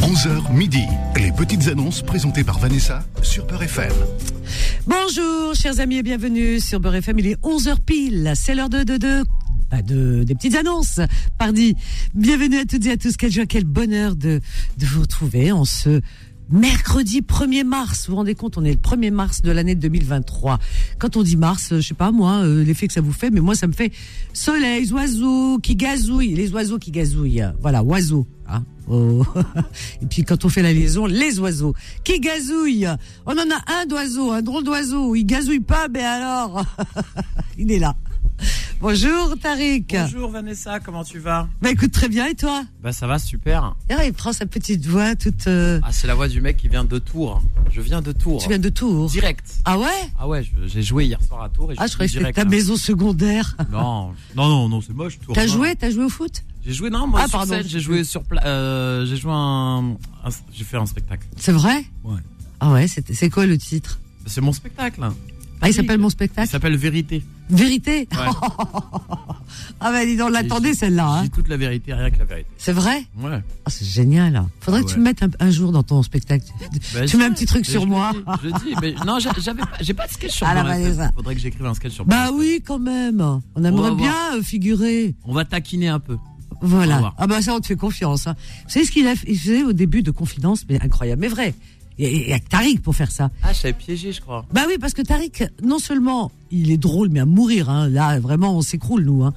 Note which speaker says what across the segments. Speaker 1: 11h midi. Les petites annonces présentées par Vanessa sur Peur FM.
Speaker 2: Bonjour, chers amis, et bienvenue sur Beurre FM. Il est 11h pile. C'est l'heure de, de, de, bah, de- des petites annonces. Pardi. Bienvenue à toutes et à tous. Quelle joie, quel bonheur de, de vous retrouver en ce mercredi 1er mars. Vous vous rendez compte, on est le 1er mars de l'année 2023. Quand on dit mars, euh, je sais pas moi, euh, l'effet que ça vous fait, mais moi, ça me fait soleil, oiseaux qui gazouillent. Les oiseaux qui gazouillent. Voilà, oiseaux. hein. Oh. Et puis quand on fait la liaison, les oiseaux qui gazouillent. On en a un d'oiseau, un drôle d'oiseau. Il gazouille pas, mais alors, il est là. Bonjour Tariq.
Speaker 3: Bonjour Vanessa, comment tu vas
Speaker 2: Bah écoute très bien et toi
Speaker 3: Bah ça va super.
Speaker 2: Et là, Il prend sa petite voix toute. euh,
Speaker 3: Ah c'est la voix du mec qui vient de Tours. Je viens de Tours.
Speaker 2: Tu viens de Tours
Speaker 3: Direct.
Speaker 2: Ah ouais
Speaker 3: Ah ouais, je- j'ai joué hier soir à Tours et je
Speaker 2: Ah je
Speaker 3: suis
Speaker 2: croyais que c'était
Speaker 3: direct.
Speaker 2: ta
Speaker 3: là.
Speaker 2: maison secondaire.
Speaker 3: Non, non, non, non, c'est moche Tours.
Speaker 2: T'as
Speaker 3: Non.
Speaker 2: joué T'as joué au foot
Speaker 3: J'ai joué non, moi
Speaker 2: Ah,
Speaker 3: sur
Speaker 2: pardon.
Speaker 3: scène, j'ai joué sur pla- euh, j'ai joué un, un- j'ai fait un spectacle.
Speaker 2: C'est vrai
Speaker 3: Ouais.
Speaker 2: Ah ouais, c'était- c'est quoi le titre
Speaker 3: C'est mon spectacle. hein.
Speaker 2: Ah il s'appelle mon
Speaker 3: Il
Speaker 2: spectacle
Speaker 3: s'appelle Vérité.
Speaker 2: Vérité
Speaker 3: Ouais.
Speaker 2: Ah bah dis donc, on l'attendait
Speaker 3: j'ai-
Speaker 2: celle-là.
Speaker 3: Je
Speaker 2: hein.
Speaker 3: dis toute la vérité, rien que la vérité.
Speaker 2: C'est vrai
Speaker 3: Ouais.
Speaker 2: Ah, C'est génial. Faudrait que tu
Speaker 3: ouais.
Speaker 2: me mettes un, un jour dans ton spectacle. Tu-
Speaker 3: Bah,
Speaker 2: tu mets un
Speaker 3: je-
Speaker 2: petit truc
Speaker 3: je
Speaker 2: sur
Speaker 3: le
Speaker 2: moi.
Speaker 3: dis, Je le dis, mais non, j'a- j'avais pas, j'ai pas de sketch sur
Speaker 2: Ah, la
Speaker 3: Bourg-en-Bresse.
Speaker 2: Vanessa.
Speaker 3: Faudrait que j'écrive un sketch sur
Speaker 2: Bah
Speaker 3: Bourg-en-Bresse.
Speaker 2: oui, quand même. On aimerait
Speaker 3: voir.
Speaker 2: bien euh, figurer.
Speaker 3: On va taquiner un peu. Au
Speaker 2: Voilà.
Speaker 3: revoir.
Speaker 2: Ah bah ça, on te fait confiance. hein. Vous savez ce qu'il a il faisait au début de Confidence, mais incroyable, mais vrai. Il y a- il y a que Tariq pour faire ça.
Speaker 3: Ah, je t'avais piégé, je crois.
Speaker 2: Bah oui, parce que Tariq, non seulement il est drôle, mais à mourir. Hein. Là, vraiment, on s'écroule, nous. Hein.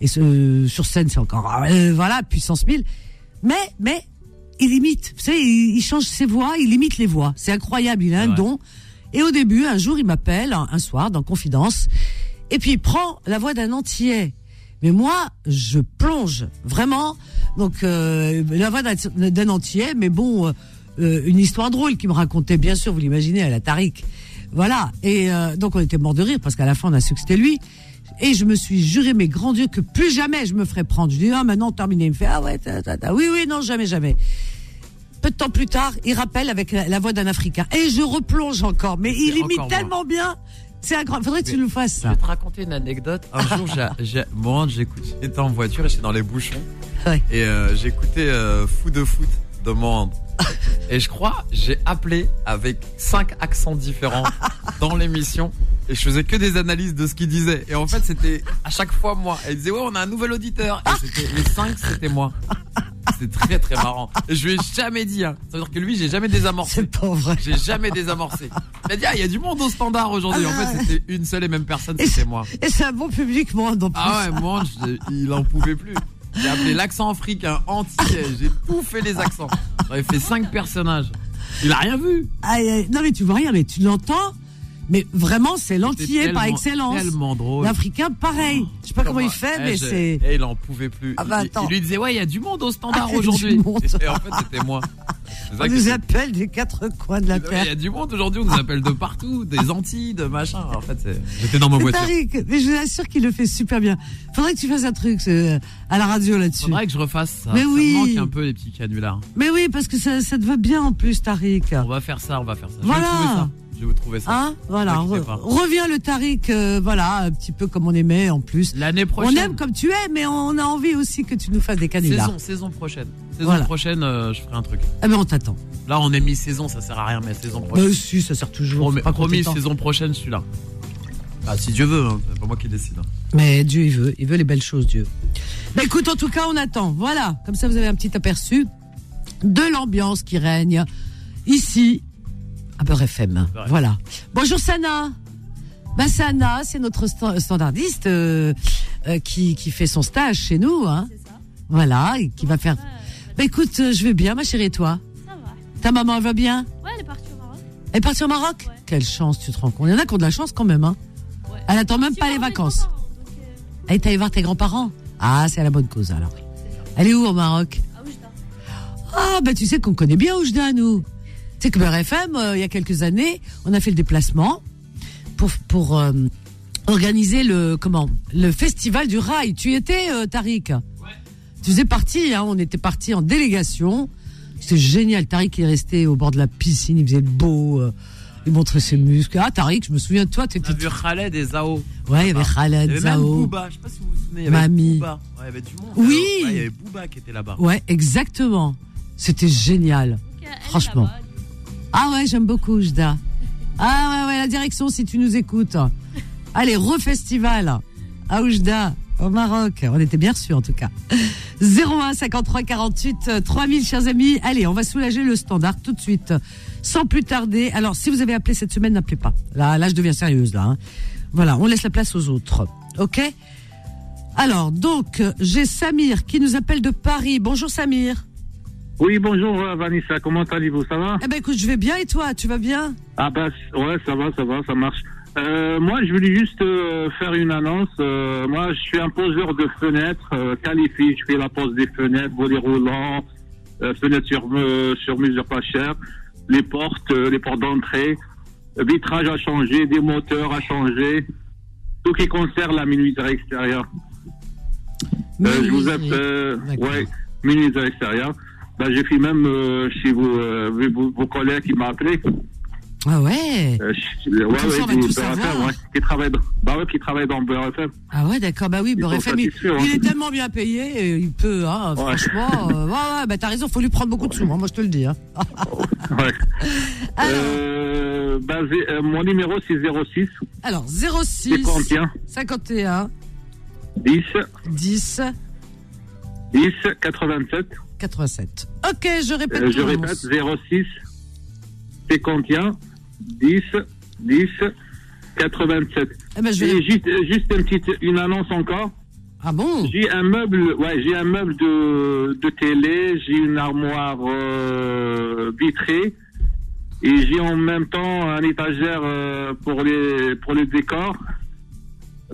Speaker 2: Et ce, sur scène, c'est encore, euh, voilà, puissance 1000. Mais, mais, il imite. Vous savez, il, il change ses voix, il imite les voix. C'est incroyable, il a un
Speaker 3: C'est vrai.
Speaker 2: don. Et au début, un jour, il m'appelle, un, un soir, dans Confidence. Et puis, il prend la voix d'un Antillais. Mais moi, je plonge, vraiment. Donc, euh, la voix d'un- d'un Antillais, mais bon, euh, euh, une histoire drôle qu'il me racontait, bien sûr, vous l'imaginez, à la Tariq. Voilà. Et euh, donc, on était mort de rire parce qu'à la fin, on a su que c'était lui. Et je me suis juré, mais grand Dieu, que plus jamais je me ferais prendre. Je dis, ah, maintenant, terminé. Il me fait, ah ouais, ta, ta, ta. oui, oui, non, jamais, jamais. Peu de temps plus tard, il rappelle avec la, la voix d'un Africain. Et je replonge encore. Mais il
Speaker 3: C'est
Speaker 2: imite
Speaker 3: encore
Speaker 2: tellement bien. C'est incroyable. Faudrait que tu
Speaker 3: Mais
Speaker 2: le fasses,
Speaker 3: Je
Speaker 2: ça.
Speaker 3: vais te raconter une anecdote. Un jour, j'a- j'a- bon, j'écoute- j'étais en voiture et j'étais dans les bouchons.
Speaker 2: Ouais.
Speaker 3: Et euh, j'écoutais euh, Fou de foot de Mohand. Et je crois, j'ai appelé avec cinq accents différents dans l'émission. Et je faisais que des analyses de ce qu'il disait. Et en fait, c'était à chaque fois moi. Et il disait, ouais, on a un nouvel auditeur. Et c'était- les cinq, c'était moi. C'était très, très marrant. Et je lui ai jamais dit, hein. Ça veut dire que lui, j'ai jamais désamorcé.
Speaker 2: C'est pas vrai.
Speaker 3: J'ai jamais désamorcé. Il a dit, ah, il y a du monde au standard aujourd'hui. En fait, c'était une seule et même personne,
Speaker 2: Ah. Et c'est-
Speaker 3: c'était moi.
Speaker 2: Et c'est un bon public, moi, non plus.
Speaker 3: Ah ouais, moi, je- il en pouvait plus. J'ai appelé l'accent africain entier. J'ai tout fait les accents. J'avais fait cinq personnages. Il a rien vu.
Speaker 2: Aïe, aïe. Non, mais tu vois rien, mais tu l'entends. Mais vraiment, c'est
Speaker 3: C'était
Speaker 2: l'antillais par
Speaker 3: tellement-
Speaker 2: excellence.
Speaker 3: Tellement drôle. Oh.
Speaker 2: L'Africain, pareil. Je sais pas comment il fait,
Speaker 3: Eh,
Speaker 2: mais
Speaker 3: je-
Speaker 2: c'est.
Speaker 3: eh, il en pouvait plus.
Speaker 2: Ah bah
Speaker 3: Il-
Speaker 2: attends.
Speaker 3: Il, lui disait, ouais, il y a du monde au
Speaker 2: Ah,
Speaker 3: standard
Speaker 2: il y a du
Speaker 3: aujourd'hui.
Speaker 2: monde.
Speaker 3: Et en fait, c'était moi. C'est ça
Speaker 2: On
Speaker 3: que
Speaker 2: nous
Speaker 3: c'est-
Speaker 2: appelle des quatre coins de la
Speaker 3: Il
Speaker 2: terre.
Speaker 3: y a du monde aujourd'hui, on nous appelle de partout, des Antilles, de machin. En fait, c'est- j'étais dans ma
Speaker 2: C'est
Speaker 3: voiture.
Speaker 2: Tariq, mais je vous assure qu'il le fait super bien. Faudrait que tu fasses un truc euh, à la radio là-dessus.
Speaker 3: Faudrait que je refasse ça.
Speaker 2: Mais
Speaker 3: ça
Speaker 2: oui.
Speaker 3: me manque un peu les petits canulars.
Speaker 2: Mais oui, parce que ça, ça te va bien en plus, Tariq.
Speaker 3: On va faire ça, on va faire ça.
Speaker 2: Voilà.
Speaker 3: Je vais vous trouver ça. Je vais vous trouver ça.
Speaker 2: Hein Voilà,
Speaker 3: Ne
Speaker 2: re-
Speaker 3: quittez pas.
Speaker 2: reviens le Tariq, euh, voilà, un petit peu comme on aimait en plus.
Speaker 3: L'année
Speaker 2: On
Speaker 3: prochaine.
Speaker 2: aime comme tu es, mais on a envie aussi que tu nous fasses des canulars.
Speaker 3: saison, saison prochaine. Saison
Speaker 2: Voilà.
Speaker 3: prochaine, euh, je ferai un truc.
Speaker 2: Ah mais on t'attend.
Speaker 3: Là, on est mi-saison, ça sert à rien, mais saison
Speaker 2: Bah
Speaker 3: prochaine.
Speaker 2: si, ça sert toujours.
Speaker 3: Promis,
Speaker 2: faut pas compter
Speaker 3: promis,
Speaker 2: le temps.
Speaker 3: saison prochaine, je suis là. Ah, si Dieu veut, hein, c'est pas moi qui décide. hein.
Speaker 2: Mais Dieu, il veut. Il veut les belles choses, Dieu. Bah, écoute, en tout cas, on attend. Voilà. Comme ça, vous avez un petit aperçu de l'ambiance qui règne ici, à Beurre FM.
Speaker 3: Beurre FM.
Speaker 2: Voilà. Bonjour, Sana. Bah, Sana, c'est notre sta- standardiste euh, euh, qui, qui fait son stage chez nous. Hein.
Speaker 4: C'est ça.
Speaker 2: Voilà, et qui va faire.
Speaker 4: Ouais, ouais.
Speaker 2: Bah, écoute, euh, je vais bien, ma chérie, et toi
Speaker 4: Ça va.
Speaker 2: Ta maman, elle va bien
Speaker 4: Ouais, elle est partie au Maroc.
Speaker 2: Elle est partie au Maroc
Speaker 4: Ouais.
Speaker 2: Quelle chance, tu te rends compte. Il y en a qui ont de la chance quand même. Hein.
Speaker 4: Ouais.
Speaker 2: Elle attend même
Speaker 4: Tu
Speaker 2: pas
Speaker 4: vois,
Speaker 2: les
Speaker 4: on est
Speaker 2: vacances.
Speaker 4: contents, donc, euh,
Speaker 2: Elle est allée voir tes grands-parents Ah, c'est à la bonne cause alors.
Speaker 4: oui, c'est ça.
Speaker 2: Elle est où au Maroc
Speaker 4: Ah oui, je dors.
Speaker 2: Ah, bah tu sais qu'on connaît bien Oujda, nous. Tu sais que Beurre FM, euh, il y a quelques années, on a fait le déplacement pour, pour euh, organiser le, comment, le festival du rail. Tu y étais, euh, Tariq Tu faisais partie, hein, on était parti en délégation. C'était génial. Tariq il est resté au bord de la piscine, il faisait beau. euh, il montrait ses muscles. Ah, Tariq, je me souviens de toi,
Speaker 3: On a
Speaker 2: t'étais.
Speaker 3: vu Khaled et Zao.
Speaker 2: Ouais, il y avait
Speaker 3: Il y
Speaker 2: Khaled,
Speaker 3: avait même
Speaker 2: Zao.
Speaker 3: Booba, je sais pas si vous vous souvenez. Il y avait
Speaker 2: Mamie.
Speaker 3: Booba. Ouais, il y avait du monde.
Speaker 2: Oui.
Speaker 3: Ouais, il y avait Booba qui était là-bas.
Speaker 2: Ouais, exactement. C'était génial.
Speaker 4: Donc, euh, elle est
Speaker 2: Franchement.
Speaker 4: là-bas, du coup.
Speaker 2: Ah ouais, j'aime beaucoup, Jda. Ah ouais, ouais, la direction, si tu nous écoutes. Allez, refestival à Oujda, au Maroc. On était bien sûr en tout cas. 01 53 48 euh, 3000, chers amis. Allez, on va soulager le standard tout de suite. Sans plus tarder. Alors, si vous avez appelé cette semaine, n'appelez pas. Là, là je deviens sérieuse, là. hein. Voilà, on laisse la place aux autres. OK Alors, donc, euh, j'ai Samir qui nous appelle de Paris. Bonjour, Samir.
Speaker 5: Oui, bonjour euh, Vanessa, comment allez-vous Ça va
Speaker 2: Eh ben, écoute, je vais bien et toi Tu vas bien
Speaker 5: Ah bah c- ouais, ça va, ça va, ça marche. Euh, moi, je voulais juste euh, faire une annonce. Euh, moi, je suis un poseur de fenêtres euh, qualifié. Je fais la pose des fenêtres, volets roulants, euh, fenêtres sur, me- sur mesure pas chère, les portes, euh, les portes d'entrée, euh, vitrage à changer, des moteurs à changer, tout qui concerne la menuiserie extérieure. Euh, je vous appelle. euh,
Speaker 2: D'accord.
Speaker 5: ouais, ministre de l'extérieur. Ben, j'ai fait même euh, chez vous, euh, vu vos, vos collègues qui m'ont appelé.
Speaker 2: Ah ouais
Speaker 5: Euh, je- ouais,
Speaker 2: ça, on va tout
Speaker 5: du Beurre
Speaker 2: savoir.
Speaker 5: FM, ouais, qui travaille dans, bah ouais, qui travaille dans Beurre FM.
Speaker 2: Ah ouais, d'accord. Bah oui,
Speaker 5: Ils
Speaker 2: Beurre
Speaker 5: sont
Speaker 2: FM, il,
Speaker 5: satisfaits, hein.
Speaker 2: il est tellement bien payé, euh, il peut, hein,
Speaker 5: Ouais.
Speaker 2: franchement. euh, ouais, ouais, bah t'as raison, faut lui prendre beaucoup de sous, hein, moi je te le dis. hein.
Speaker 5: Ouais.
Speaker 2: Alors,
Speaker 5: Euh, ben, j'ai- euh, mon numéro, c'est 06
Speaker 2: alors 06
Speaker 5: 51
Speaker 2: 51
Speaker 5: 10
Speaker 2: 10
Speaker 5: 10 87.
Speaker 2: 87. Ok, je répète.
Speaker 5: Euh, je
Speaker 2: ton
Speaker 5: répète,
Speaker 2: annonce.
Speaker 5: 06 51 10 10 87.
Speaker 2: Eh ben, je vais...
Speaker 5: Et juste, juste une petite une annonce encore.
Speaker 2: Ah bon
Speaker 5: J'ai un meuble, ouais, j'ai un meuble de, de télé, j'ai une armoire euh, vitrée et j'ai en même temps un étagère euh, pour les pour le décor.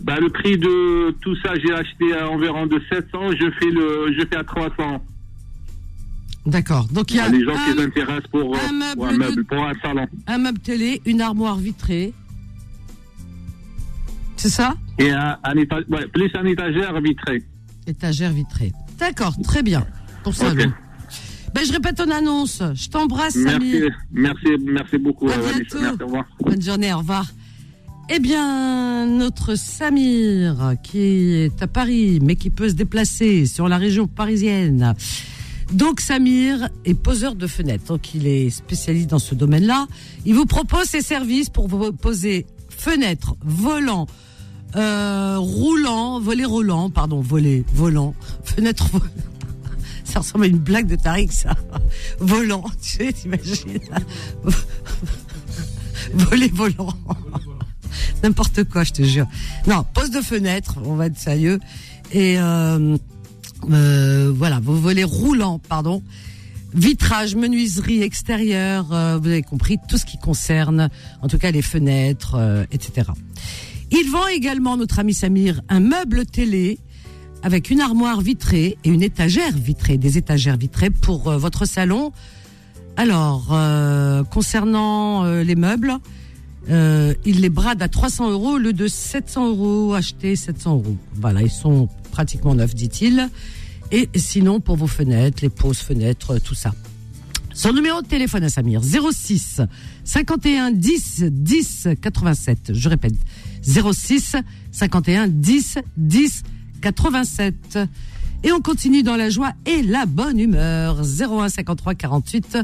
Speaker 5: Bah, le prix de tout ça, j'ai acheté à environ de 700, je fais le je fais à 300.
Speaker 2: D'accord. Donc il y a
Speaker 5: les gens qui
Speaker 2: un,
Speaker 5: s'intéressent pour euh,
Speaker 2: un meuble
Speaker 5: pour un
Speaker 2: de-
Speaker 5: meuble, pour un salon
Speaker 2: un meuble télé, une armoire vitrée. C'est ça
Speaker 5: et un, un éta- ouais, plus un étagère vitrée.
Speaker 2: Étagère vitrée. D'accord, très bien. Pour ça,
Speaker 5: Ok.
Speaker 2: non. Ben, je répète ton annonce. Je t'embrasse,
Speaker 5: Merci,
Speaker 2: Samir.
Speaker 5: merci, merci beaucoup.
Speaker 2: À
Speaker 5: euh, Vanessa.
Speaker 2: bientôt.
Speaker 5: Merci, au revoir.
Speaker 2: Bonne journée, au revoir. Eh bien, notre Samir, qui est à Paris, mais qui peut se déplacer sur la région parisienne. Donc, Samir est poseur de fenêtres. Donc, il est spécialiste dans ce domaine-là. Il vous propose ses services pour vous poser fenêtres, volants, euh, roulants, volets roulants, pardon, volets volants, fenêtres volants. Ça ressemble à une blague de Tariq, ça. Volant, tu sais, t'imagines voler volant. N'importe quoi, je te jure. Non, pose de fenêtre, on va être sérieux. Et euh, euh, voilà, vos volets roulants, pardon. Vitrage, menuiserie extérieure, euh, vous avez compris, tout ce qui concerne, en tout cas les fenêtres, euh, etc. Il vend également, notre ami Samir, un meuble télé avec une armoire vitrée et une étagère vitrée, des étagères vitrées pour euh, votre salon. Alors, euh, concernant euh, les meubles, euh, il les brade à 300 euros au lieu de 700 euros, achetés 700 euros. Voilà, ils sont pratiquement neufs, dit-il. Et sinon, pour vos fenêtres, les poses fenêtres, euh, tout ça. Son numéro de téléphone à Samir, 06 51 10 10 87. Je répète, 06 51 10 10 87. Et on continue dans la joie et la bonne humeur. 01 53 48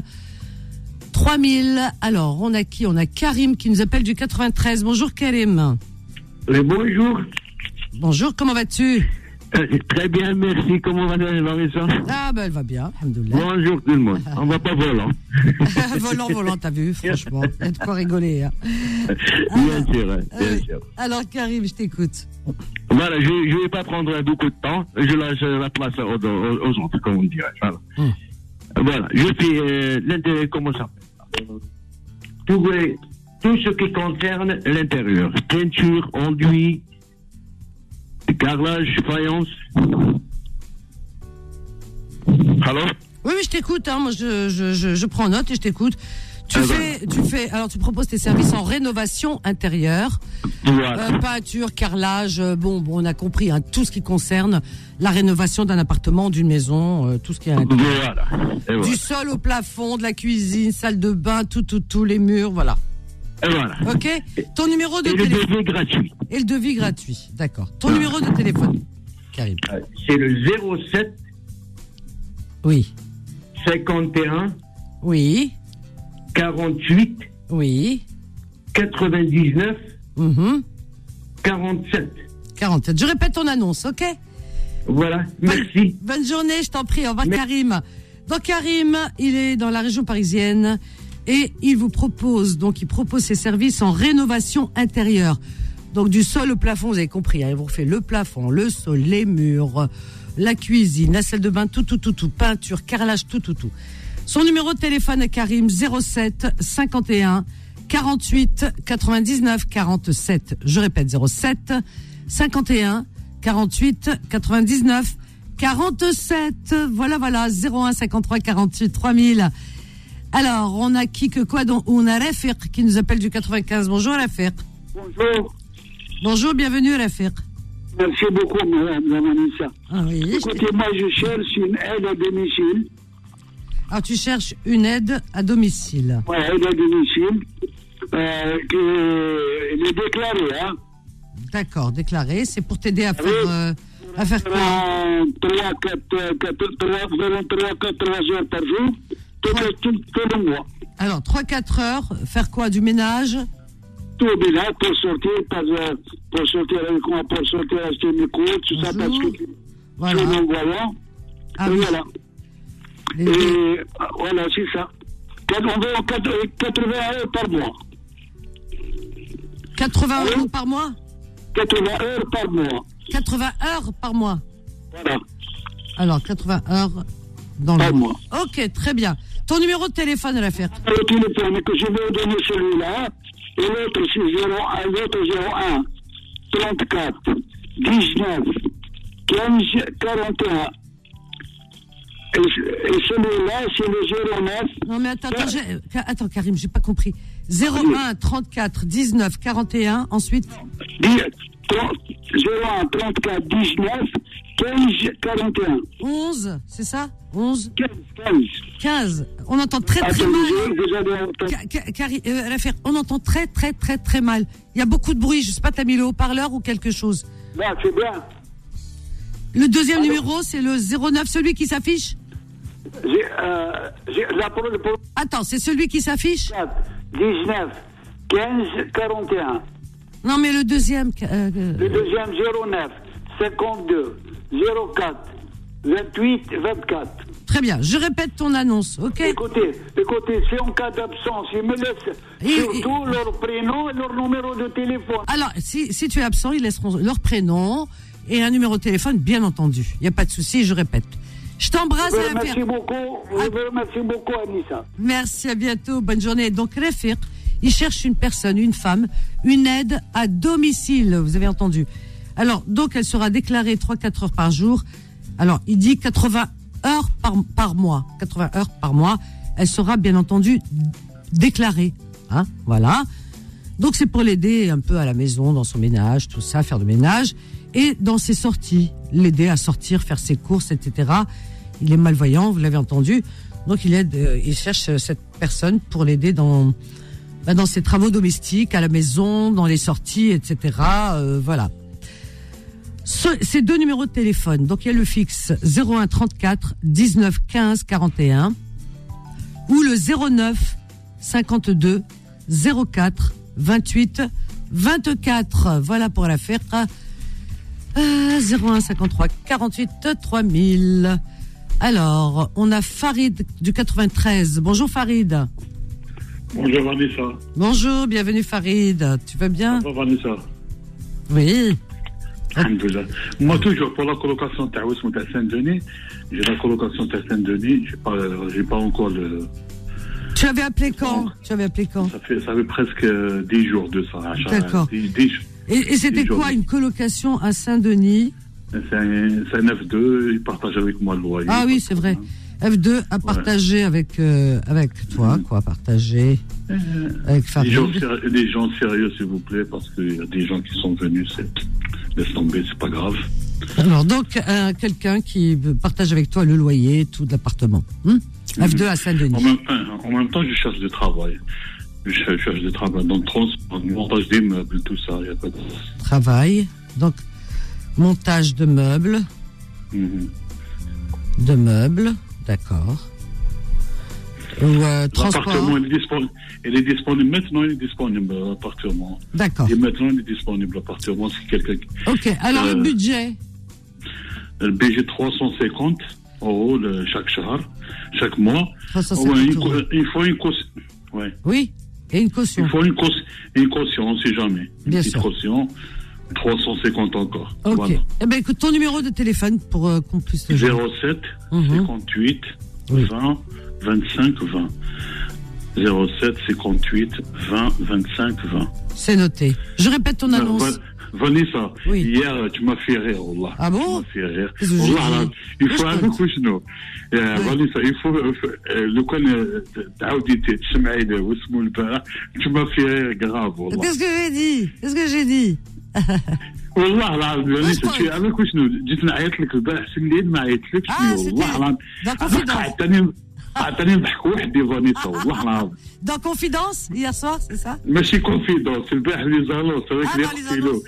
Speaker 2: 3000. Alors, on a qui On a Karim qui nous appelle du 93. Bonjour Karim.
Speaker 5: bonjour.
Speaker 2: Bonjour, comment vas-tu
Speaker 6: Euh,
Speaker 5: Très bien, merci. Comment va Vanessa
Speaker 2: Ah, ben elle va bien, alhamdoulilah.
Speaker 5: Bonjour tout le monde. On va pas
Speaker 6: hein.
Speaker 5: volant.
Speaker 2: volant, volant, t'as vu, franchement. Il y a de quoi rigoler. hein.
Speaker 5: Bien sûr, hein,
Speaker 2: Ah
Speaker 5: bien
Speaker 2: oui.
Speaker 5: sûr.
Speaker 2: Alors Karim, je t'écoute.
Speaker 5: Voilà, je ne vais pas prendre beaucoup de temps. Je laisse la place aux, aux- aux autres, comme on dirait. Voilà.
Speaker 2: Hmm.
Speaker 5: Voilà, je fais euh, l'intérieur, comment ça s'appelle tout, euh, tout ce qui concerne l'intérieur. Peinture, enduit, carrelage, faïence. Allô
Speaker 2: Oui, oui, je t'écoute. hein, Moi, je, je, je, je prends note et je t'écoute. Tu
Speaker 5: Ah ben.
Speaker 2: fais, tu fais, alors tu proposes tes services en rénovation intérieure,
Speaker 5: Voilà.
Speaker 2: euh, peinture, carrelage, euh, bon, bon, on a compris, hein, tout ce qui concerne la rénovation d'un appartement, d'une maison, euh, tout ce qui est à l'intérieur.
Speaker 5: Voilà. Et voilà.
Speaker 2: Du sol au plafond, de la cuisine, salle de bain, tout, tout, tout, les murs, voilà.
Speaker 5: Et voilà.
Speaker 2: Ok Ton numéro de
Speaker 5: Et le
Speaker 2: téléphone.
Speaker 5: devis gratuit.
Speaker 2: Et le devis gratuit, d'accord. Ton numéro de téléphone, Karim.
Speaker 5: C'est le 07
Speaker 2: Oui.
Speaker 7: 51,
Speaker 2: Oui,
Speaker 7: 48,
Speaker 2: oui.
Speaker 7: 99,
Speaker 2: mhm.
Speaker 7: 47.
Speaker 2: 47. Je répète ton annonce, ok
Speaker 7: Voilà, merci.
Speaker 2: Bonne journée, je t'en prie. Au revoir,
Speaker 7: Mais-
Speaker 2: Karim. Donc, Karim, il est dans la région parisienne et il vous propose, donc, il propose ses services en rénovation intérieure. Donc, du sol au plafond, vous avez compris. Hein, il vous refait le plafond, le sol, les murs, la cuisine, la salle de bain, tout, tout, tout, tout. Peinture, carrelage, tout, tout, tout. Son numéro de téléphone à Karim, 07 51 48 99 47. Je répète, 07 51 48 99 47. Voilà, voilà, 01 53 48 3000. Alors, on a qui que quoi donc On a Rafik qui nous appelle du 95. Bonjour Rafik.
Speaker 8: Bonjour,
Speaker 2: Bonjour, bienvenue Rafik.
Speaker 8: merci beaucoup, madame la Manissa.
Speaker 2: Ah oui.
Speaker 8: Écoutez, moi, je cherche une aide à domicile.
Speaker 2: Alors, Ah, tu cherches une aide à domicile.
Speaker 8: Ouais, aide à domicile. Euh, que, elle est déclarée, hein.
Speaker 2: D'accord, déclaré. C'est pour t'aider à faire, euh, à faire quoi
Speaker 8: 3, 4, 4, 3, 3, 4 heures par jour, tout, le- tout, tout le mois.
Speaker 2: Alors, 3-4 heures, faire quoi Du ménage
Speaker 8: Tout bien pour sortir, par, euh, pour sortir avec moi, pour sortir acheter mes courses, tout ça, parce
Speaker 2: Bonjour.
Speaker 8: que je
Speaker 2: Voilà.
Speaker 8: suis non-voyant.
Speaker 2: Ah
Speaker 8: Et
Speaker 2: oui.
Speaker 8: voilà.
Speaker 2: Les- les-
Speaker 8: Et euh, voilà, c'est ça. Quatre- On veut en quatre- euh, 80 heures par mois.
Speaker 2: 80
Speaker 8: Allô
Speaker 2: euros par mois
Speaker 8: 80 heures par mois.
Speaker 2: 80 heures par mois
Speaker 8: Voilà.
Speaker 2: Alors, 80 heures dans le
Speaker 8: Par
Speaker 2: mois. Ok, très bien. Ton numéro de téléphone à l'affaire
Speaker 8: Le téléphone que je vais vous donner celui-là, et l'autre c'est 01, l'autre 01, 34, 19, 15, 41. Et, et celui-là, c'est le 09,
Speaker 2: Non, mais attends, attends, j'ai- Ka- attends Karim, j'ai pas compris. 01 34 19 41, ensuite
Speaker 8: 10, 30, 01, 34, 19, 15, 41.
Speaker 2: 11, c'est ça 11
Speaker 8: 15, 15.
Speaker 2: 15. On entend très très
Speaker 8: Attendez,
Speaker 2: mal.
Speaker 8: vous allez entendre.
Speaker 2: Ka- Ka- Karim, euh, à l'affaire, on entend très très très très mal. Il y a beaucoup de bruit, je sais pas, t'as mis le haut-parleur ou quelque chose.
Speaker 8: Là, Bah, c'est bien.
Speaker 2: Le deuxième numéro, c'est le 09, celui qui s'affiche
Speaker 8: J'ai, euh, j'ai, là, pour le pour-
Speaker 2: Attends, c'est celui qui s'affiche
Speaker 8: 19, 15, 41.
Speaker 2: Non, mais le deuxième. euh, euh,
Speaker 8: Le deuxième, 09, 52, 04, 28, 24.
Speaker 2: Très bien, je répète ton annonce, ok
Speaker 8: Écoutez, écoutez, c'est en cas d'absence, ils me laissent
Speaker 2: Et-
Speaker 8: surtout leur prénom et leur numéro de téléphone.
Speaker 2: Alors, si, si tu es absent, ils laisseront leur prénom et un numéro de téléphone, bien entendu. Il n'y a pas de souci, je répète. Je t'embrasse,
Speaker 8: Je vous
Speaker 2: Rafir.
Speaker 8: remercie Euh, beaucoup, je vous remercie beaucoup, Anissa.
Speaker 2: Merci, à bientôt, bonne journée. Donc, Rafir, il cherche une personne, une femme, une aide à domicile, vous avez entendu. Alors, donc, elle sera déclarée 3-4 heures par jour. Alors, il dit 80 heures par, par mois. 80 heures par mois. Elle sera, bien entendu, déclarée. Hein, voilà. Donc c'est pour l'aider un peu à la maison, dans son ménage, tout ça, faire le ménage. Et dans ses sorties, l'aider à sortir, faire ses courses, etc. Il est malvoyant, vous l'avez entendu. Donc il aide, euh, il cherche euh, cette personne pour l'aider dans, bah, dans ses travaux domestiques, à la maison, dans les sorties, etc. Euh, voilà. Ce, ces deux numéros de téléphone, donc il y a le fixe 01 34 19 15 41 ou le 09 52 04 28 24. Voilà pour l'affaire. Euh, 01 53 48 3000. Alors, on a Farid du 93. Bonjour Farid.
Speaker 9: Bonjour Vanessa.
Speaker 2: Bonjour, bienvenue Farid. Tu vas bien
Speaker 9: Bonjour Vanessa.
Speaker 2: Oui.
Speaker 9: Alhamdoulilah. Moi, toujours pour la colocation de Taouisme de Saint-Denis, j'ai la colocation de Saint-Denis, j'ai pas, j'ai pas encore le.
Speaker 2: Tu avais appelé quand Tu avais appelé quand
Speaker 9: Ça fait, ça fait presque euh, 10 jours de ça. à chaque-
Speaker 2: D'accord.
Speaker 9: 10 10 jours.
Speaker 2: Et, et c'était
Speaker 9: Et j'en
Speaker 2: quoi
Speaker 9: ai-
Speaker 2: une colocation à Saint-Denis
Speaker 9: C'est un, c'est un F2, il partage avec moi le loyer.
Speaker 2: Ah oui, c'est vrai. F2 à partager avec euh, avec toi, quoi, partager
Speaker 9: Euh,
Speaker 2: avec
Speaker 9: Des gens,
Speaker 2: Farid.
Speaker 9: séri- des gens sérieux, s'il vous plaît, parce qu'il y a des gens qui sont venus, c'est. Laisse tomber, c'est pas grave.
Speaker 2: Alors donc euh, quelqu'un qui partage avec toi le loyer, tout de l'appartement. hein F2 à
Speaker 9: En
Speaker 2: Saint-Denis.
Speaker 9: même, temps, en même temps, je cherche du travail. Je cher- cherche du travail dans le transport, le montage des meubles, tout ça. Il y a pas de...
Speaker 2: Travail. Donc montage de meubles,
Speaker 9: Mhm.
Speaker 2: de meubles, d'accord. Ou euh, transport
Speaker 9: L'appartement, il est disponible. Il est disponible maintenant, il est disponible, euh, l'appartement.
Speaker 2: D'accord. Oh.
Speaker 9: Et maintenant, il est disponible, l'appartement. Si quelqu'un.
Speaker 2: Ok, alors le
Speaker 9: Euh,
Speaker 2: budget
Speaker 9: Le BG 350 euros le- chaque char, chaque mois. Ouais,
Speaker 2: 350
Speaker 9: une
Speaker 2: euros.
Speaker 9: co- il faut une caution. Ouais.
Speaker 2: Oui, et une caution.
Speaker 9: Il faut une, caution, une caution, si jamais. Une
Speaker 2: Bien
Speaker 9: petite
Speaker 2: sûr.
Speaker 9: caution. 350 encore.
Speaker 2: Ok.
Speaker 9: Voilà.
Speaker 2: Eh ben écoute, ton numéro de téléphone pour euh, qu'on puisse le joindre.
Speaker 9: 07
Speaker 2: Mhm.
Speaker 9: 58
Speaker 2: Oui.
Speaker 9: 20 25 20. 07 58 20 25 20.
Speaker 2: C'est noté. Je répète ton
Speaker 9: Non,
Speaker 2: annonce.
Speaker 9: Va- Euh, Vanessa,
Speaker 2: Oui.
Speaker 9: hier tu m'as fait rire, Allah.
Speaker 2: Ah bon
Speaker 9: Tu m'as fait rire.
Speaker 2: Qu'est-ce que j'ai
Speaker 9: Allah,
Speaker 2: dit
Speaker 9: là, il faut
Speaker 2: Qu'est-ce
Speaker 9: un
Speaker 2: que-
Speaker 9: coup شنو يا
Speaker 2: Oui.
Speaker 9: فانيسا il faut euh, لو كان euh, تعاودي تسمعي له واسمه البارح euh, tu m'as fait rire grave والله
Speaker 2: Qu'est-ce que j'ai dit Qu'est-ce que j'ai dit
Speaker 9: والله العظيم فانيسا
Speaker 2: أصلاً.
Speaker 9: شي على كل شنو جيت نعيط لك البارح سنين ما عيطتلكش
Speaker 2: آه،
Speaker 9: والله
Speaker 2: c'était-
Speaker 9: العظيم
Speaker 2: Dans Confidence. Ah,
Speaker 9: قعدتني قعدتني نضحك وحدي فانيسا والله العظيم
Speaker 2: Dans Confidence, hier soir, c'est ça
Speaker 9: ماشي كونفيدونس البارح لي زالونس هذاك
Speaker 2: آه، لي
Speaker 9: اللي
Speaker 2: زالونس.
Speaker 9: قلتيلو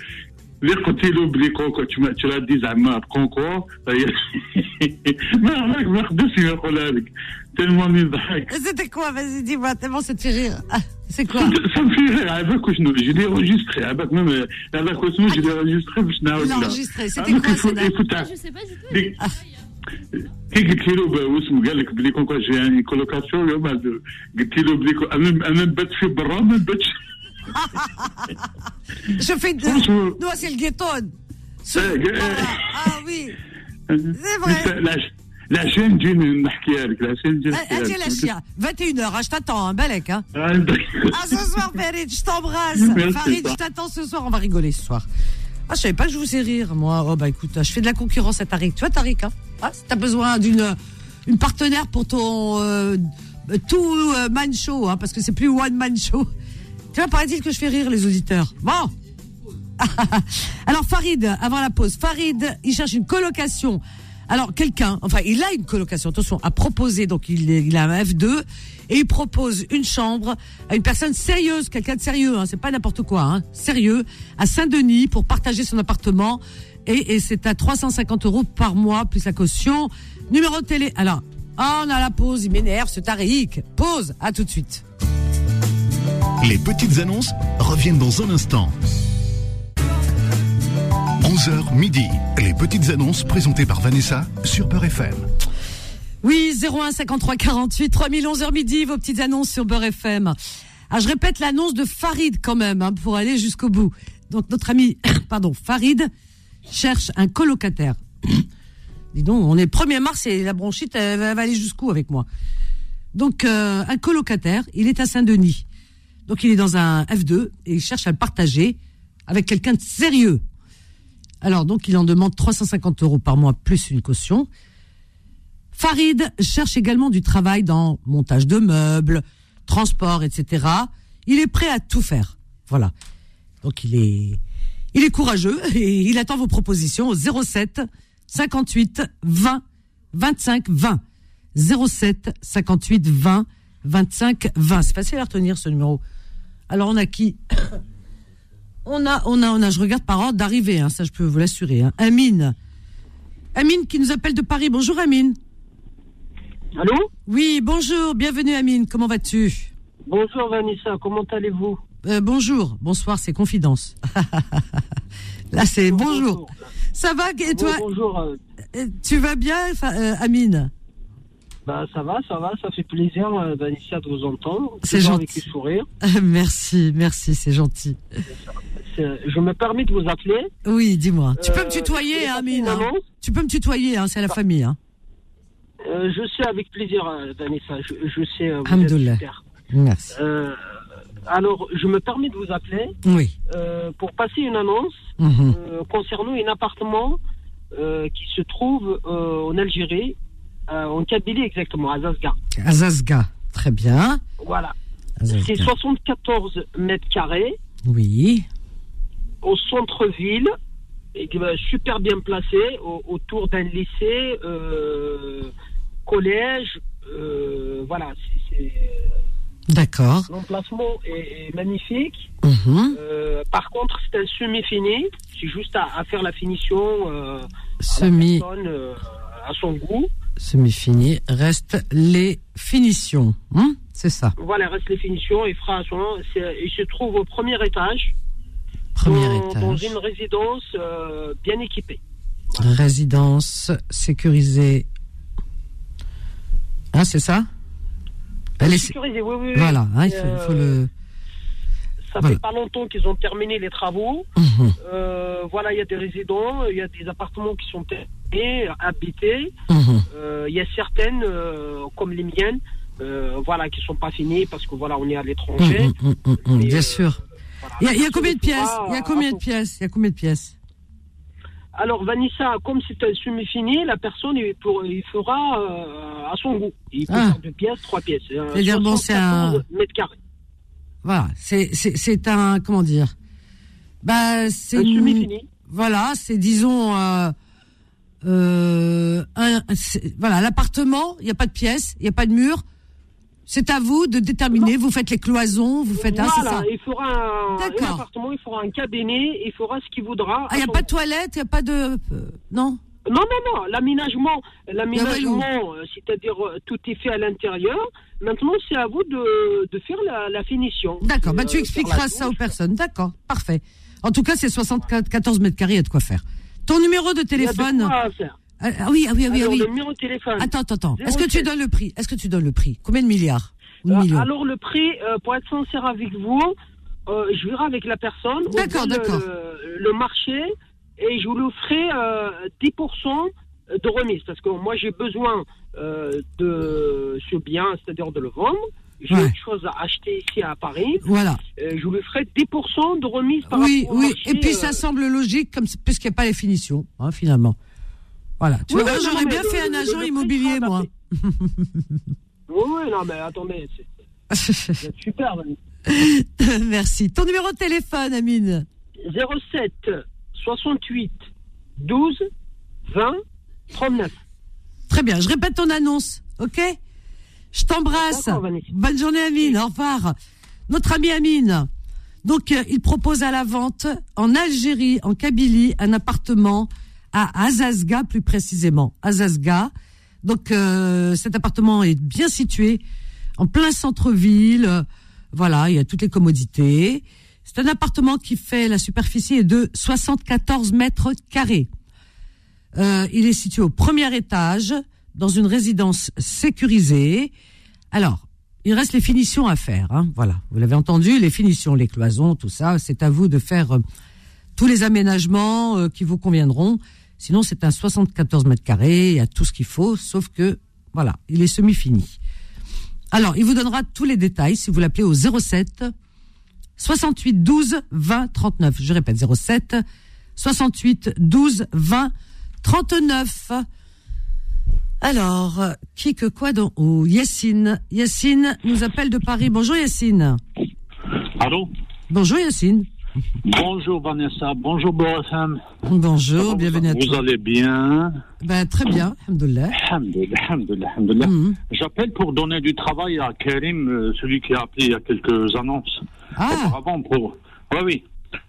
Speaker 9: اللي قلتيلو بلي كونكور تما تلا دي زعما بكونكور هي- ما راك ما خدمتش نقولها لك تلموني نضحك
Speaker 2: Et C'était quoi Vas-y, dis-moi, tellement ça te fait rire. Ah, C'est quoi
Speaker 9: Ça me fait rire, عباك وشنو جي لي اونجيستري عباك ميم هذاك وشنو جي لي اونجيستري باش نعاود
Speaker 2: Il a
Speaker 9: لها
Speaker 2: enregistré. Ah. C'était
Speaker 9: عباك
Speaker 2: quoi
Speaker 9: يفوت
Speaker 2: ça date
Speaker 9: يفوت
Speaker 4: Ah, Je sais pas du tout.
Speaker 9: ديك- كي قلت له ب- واسمه قال لك بلي كونكور جي ان كولوكاسيون يوم هذا. قلت له بلي كو- انا انا نبات في برا ما نباتش
Speaker 2: Je fais.
Speaker 9: Franchement.
Speaker 2: Nous, c'est le guetton. Sous-
Speaker 9: Eh, eh.
Speaker 2: Ah, ah oui. C'est
Speaker 9: انت
Speaker 2: vrai.
Speaker 9: العش- العشاء نجي نحكيها لك العشاء نجي نحكيها
Speaker 2: Attends, Eh, la
Speaker 9: لك
Speaker 2: Euh, chia. 21h, je t'attends, hein, Balek. Hein.
Speaker 9: عندك-
Speaker 2: Ah, ce soir, Farid, je t'embrasse.
Speaker 9: Merci,
Speaker 2: Farid, je
Speaker 9: toi.
Speaker 2: t'attends ce soir, on va rigoler ce soir. Ah, je savais pas que je vous fais rire, moi. Oh, bah écoute, je fais de la concurrence à Tariq. Tu vois, Tariq, hein ah, si t'as besoin d'une une partenaire pour ton euh, tout euh, man show, hein, parce que c'est plus one man show. Tu vois, paraît-il que je fais rire les auditeurs. Bon. Alors, Farid, avant la pause, Farid, il cherche une colocation. Alors, quelqu'un, enfin, il a une colocation, attention, à proposer. Donc, il, est- il a un F2 et il propose une chambre à une personne sérieuse, quelqu'un de sérieux, hein, c'est pas n'importe quoi, hein, sérieux, à Saint-Denis pour partager son appartement. Et, et c'est à 350 euros par mois, plus la caution. Numéro de télé. Alors, ah, on a la pause, il m'énerve, ce Tariq. Pause, à tout de suite.
Speaker 1: Les petites annonces reviennent dans un instant. 11h midi. Les petites annonces présentées par Vanessa sur Peur FM.
Speaker 2: Oui, 01 53 48 3011 heures midi, vos petites annonces sur Beurre FM. Ah, je répète l'annonce de Farid quand même hein, pour aller jusqu'au bout. Donc notre ami, pardon, Farid cherche un colocataire. Dis donc, on est le 1er mars et la bronchite elle, va- elle va aller jusqu'où avec moi. Donc euh, un colocataire, il est à Saint-Denis. Donc il est dans un F2 et il cherche à le partager avec quelqu'un de sérieux. Alors donc il en demande 350 euros par mois plus une caution. Farid cherche également du travail dans montage de meubles, transport, etc. Il est prêt à tout faire. Voilà. Donc il est, il est courageux et il attend vos propositions au 07 58 20 25 20. 07 58 20 25 20. C'est facile à retenir ce numéro. Alors on a qui On a, on a, on a, je regarde par ordre d'arrivée, hein, ça je peux vous l'assurer. Hein. Amine. Amine qui nous appelle de Paris. Bonjour Amine.
Speaker 10: Allô
Speaker 2: Oui, bonjour, bienvenue Amine, comment vas-tu
Speaker 10: Bonjour Vanessa, comment allez-vous
Speaker 2: Euh, Bonjour, bonsoir, c'est Confidence. Là, c'est bonjour. Ça va, et
Speaker 10: Bon,
Speaker 2: toi
Speaker 10: bonjour. euh,
Speaker 2: euh, Tu vas bien, fa- euh, Amine
Speaker 10: Bah, ça va, ça va, ça fait plaisir euh, Vanessa de vous entendre.
Speaker 2: C'est
Speaker 10: Toujours
Speaker 2: gentil.
Speaker 10: Avec le sourire.
Speaker 2: Euh, Merci, merci, c'est gentil.
Speaker 10: C'est- euh, Je me permets de vous appeler.
Speaker 2: Oui, dis-moi. tu peux me
Speaker 10: Euh,
Speaker 2: tutoyer,
Speaker 10: j'ai
Speaker 2: hein,
Speaker 10: passé
Speaker 2: Amine
Speaker 10: une
Speaker 2: hein.
Speaker 10: annonce. Ah.
Speaker 2: Tu peux me tutoyer, hein, c'est à la famille. Hein.
Speaker 10: Euh, je sais avec plaisir euh, Vanessa, je, je sais euh, vous êtes
Speaker 2: Alhamdoulilah.
Speaker 10: super.
Speaker 2: Merci.
Speaker 10: Euh, alors, je me permets de vous appeler
Speaker 2: Oui.
Speaker 10: euh, pour passer une annonce
Speaker 2: Mhm.
Speaker 10: euh, concernant un appartement euh, qui se trouve euh, en Algérie, euh, en Kabylie exactement, à Zasgar.
Speaker 2: Azazga, très bien.
Speaker 10: Voilà. C'est
Speaker 2: Azazga.
Speaker 10: 74 mètres carrés
Speaker 2: Oui,
Speaker 10: au centre-ville, et qui va super bien placé au- autour d'un lycée, euh, collège. euh, voilà, c'est- c'est-
Speaker 2: d'accord.
Speaker 10: l'emplacement est, est magnifique.
Speaker 2: Mhm.
Speaker 10: Euh, par contre, c'est un semi-fini. C'est juste à, à faire la finition euh, à la
Speaker 2: Semi.
Speaker 10: personne, euh, à son goût.
Speaker 2: semi-fini, restent les finitions. hein c'est ça.
Speaker 10: Voilà, reste les finitions et fraction. c'est- Il se trouve au premier étage.
Speaker 2: Premier
Speaker 10: dans,
Speaker 2: étage.
Speaker 10: Dans une résidence euh, bien équipée.
Speaker 2: Résidence sécurisée. Hein, c'est ça Elle est-
Speaker 10: sécurisée, oui, oui. oui.
Speaker 2: Voilà, hein, il faut,
Speaker 10: Euh,
Speaker 2: il faut le.
Speaker 10: Ça
Speaker 2: voilà.
Speaker 10: fait pas longtemps qu'ils ont terminé les travaux.
Speaker 2: Mhm.
Speaker 10: Euh, voilà, il y a des résidents, il y a des appartements qui sont terminés, habités.
Speaker 2: Mhm.
Speaker 10: Euh, Il y a certaines, euh, comme les miennes, euh, voilà, qui sont pas finies parce que voilà, on est à l'étranger.
Speaker 2: Hum, hum, hum, hum, bien sûr.
Speaker 10: Voilà.
Speaker 2: Il y a- il y, a
Speaker 10: Surtout
Speaker 2: combien de pièces
Speaker 10: pas
Speaker 2: Il y a
Speaker 10: à-
Speaker 2: combien de pièces Il y a combien de pièces
Speaker 10: Alors Vanessa, comme c'est un semi-fini, la personne il, pour- il fera euh, à son goût. Il peut
Speaker 2: Ah.
Speaker 10: faire deux pièces, trois pièces. Euh,
Speaker 2: C'est-à-dire, bon, c'est un-
Speaker 10: 74 mètres carrés.
Speaker 2: Voilà, c'est- c'est c'est un comment dire Bah c'est
Speaker 10: Un
Speaker 2: une-
Speaker 10: semi-fini.
Speaker 2: Voilà, c'est disons euh, euh, un- c'est- voilà l'appartement. Il n'y a pas de pièces, il n'y a pas de mur. C'est à vous de déterminer. Vous faites les cloisons, vous faites hein, c'est
Speaker 10: voilà,
Speaker 2: ça.
Speaker 10: il fera un, un
Speaker 2: D'accord.
Speaker 10: appartement, il fera un cabinet, il fera ce qu'il voudra.
Speaker 2: Ah, il n'y a pas de toilette, il n'y a pas de euh, non.
Speaker 10: Non, non, non, l'aménagement,
Speaker 2: Il y a
Speaker 10: l'aménagement, euh, c'est-à-dire euh, tout est fait à l'intérieur. Maintenant, c'est à vous de, de faire la, la finition.
Speaker 2: D'accord, bah
Speaker 10: Euh,
Speaker 2: tu
Speaker 10: faire
Speaker 2: expliqueras
Speaker 10: la
Speaker 2: ça aux
Speaker 10: touche.
Speaker 2: personnes. D'accord, parfait. En tout cas, c'est 74 mètres carrés, il y a de quoi faire. Ton numéro de
Speaker 10: Il y a de
Speaker 2: téléphone
Speaker 10: quoi à faire.
Speaker 2: Ah ah oui, ah oui, ah oui, ah
Speaker 10: Alors,
Speaker 2: oui.
Speaker 10: le numéro de téléphone.
Speaker 2: Attends, attends, attends. Est-ce que tu
Speaker 10: 07.
Speaker 2: donnes le prix Est-ce que tu donnes le prix Combien de milliards Ou de
Speaker 10: Euh,
Speaker 2: millions
Speaker 10: alors le prix, euh, pour être sincère avec vous, euh, je verrai avec la personne. on
Speaker 2: D'accord,
Speaker 10: voit le-
Speaker 2: d'accord.
Speaker 10: Le, le marché et je vous le ferai euh, 10% de remise parce que moi j'ai besoin euh, de ce bien, c'est-à-dire de le vendre. J'ai
Speaker 2: Ouais.
Speaker 10: autre chose à acheter ici à Paris.
Speaker 2: Voilà.
Speaker 10: Euh, je vous le ferai 10% de remise par
Speaker 2: Oui,
Speaker 10: rapport au
Speaker 2: oui.
Speaker 10: marché,
Speaker 2: Et puis
Speaker 10: euh,
Speaker 2: ça semble logique, comme c'est- puisqu'il n'y a pas les finitions, hein, finalement. Voilà. Tu
Speaker 10: Oui,
Speaker 2: vois,
Speaker 10: oui, non,
Speaker 2: j'aurais
Speaker 10: mais
Speaker 2: bien
Speaker 10: le-
Speaker 2: fait un
Speaker 10: le-
Speaker 2: agent
Speaker 10: le prix
Speaker 2: immobilier,
Speaker 10: sera
Speaker 2: moi.
Speaker 10: adapté. Oui, oui, non, mais attendez, c'est vous êtes super. Vanessa.
Speaker 2: Merci. Ton numéro de téléphone, Amine
Speaker 10: 07 68 12 20 39.
Speaker 2: Très bien, je répète ton annonce, ok Je t'embrasse.
Speaker 10: D'accord, Vanessa.
Speaker 2: Bonne journée Amine, au revoir. Notre ami Amine, donc euh, il propose à la vente en Algérie, en Kabylie, un appartement à Azazga plus précisément. Azazga, donc euh, cet appartement est bien situé en plein centre-ville. Euh, Voilà, il y a toutes les commodités. C'est un appartement qui fait la superficie est de 74 mètres carrés. Euh, il est situé au premier étage, dans une résidence sécurisée. Alors, il reste les finitions à faire. hein, Voilà, vous l'avez entendu, les finitions, les cloisons, tout ça. C'est à vous de faire euh, tous les aménagements euh, qui vous conviendront. Sinon, c'est un 74 mètres carrés, il y a tout ce qu'il faut, sauf que, voilà, il est semi-fini. Alors, il vous donnera tous les détails si vous l'appelez au 07 68 12 20 39. Je répète, 07 68 12 20 39. Alors, euh, qui que quoi dans oh, Yacine. Yacine nous appelle de Paris. Bonjour Yacine.
Speaker 11: Allô
Speaker 2: Bonjour Yacine.
Speaker 11: Bonjour Vanessa, bonjour BFM.
Speaker 2: Bonjour, bienvenue à
Speaker 11: Vous
Speaker 2: toi.
Speaker 11: allez bien
Speaker 2: Ben, très bien, alhamdoulilah.
Speaker 11: Alhamdulillah, alhamdulillah, alhamdulillah.
Speaker 2: Mhm.
Speaker 11: J'appelle pour donner du travail à Karim, euh, celui qui a appelé il y a quelques annonces.
Speaker 2: Ah,
Speaker 11: Auparavant, pour. Oui, oui.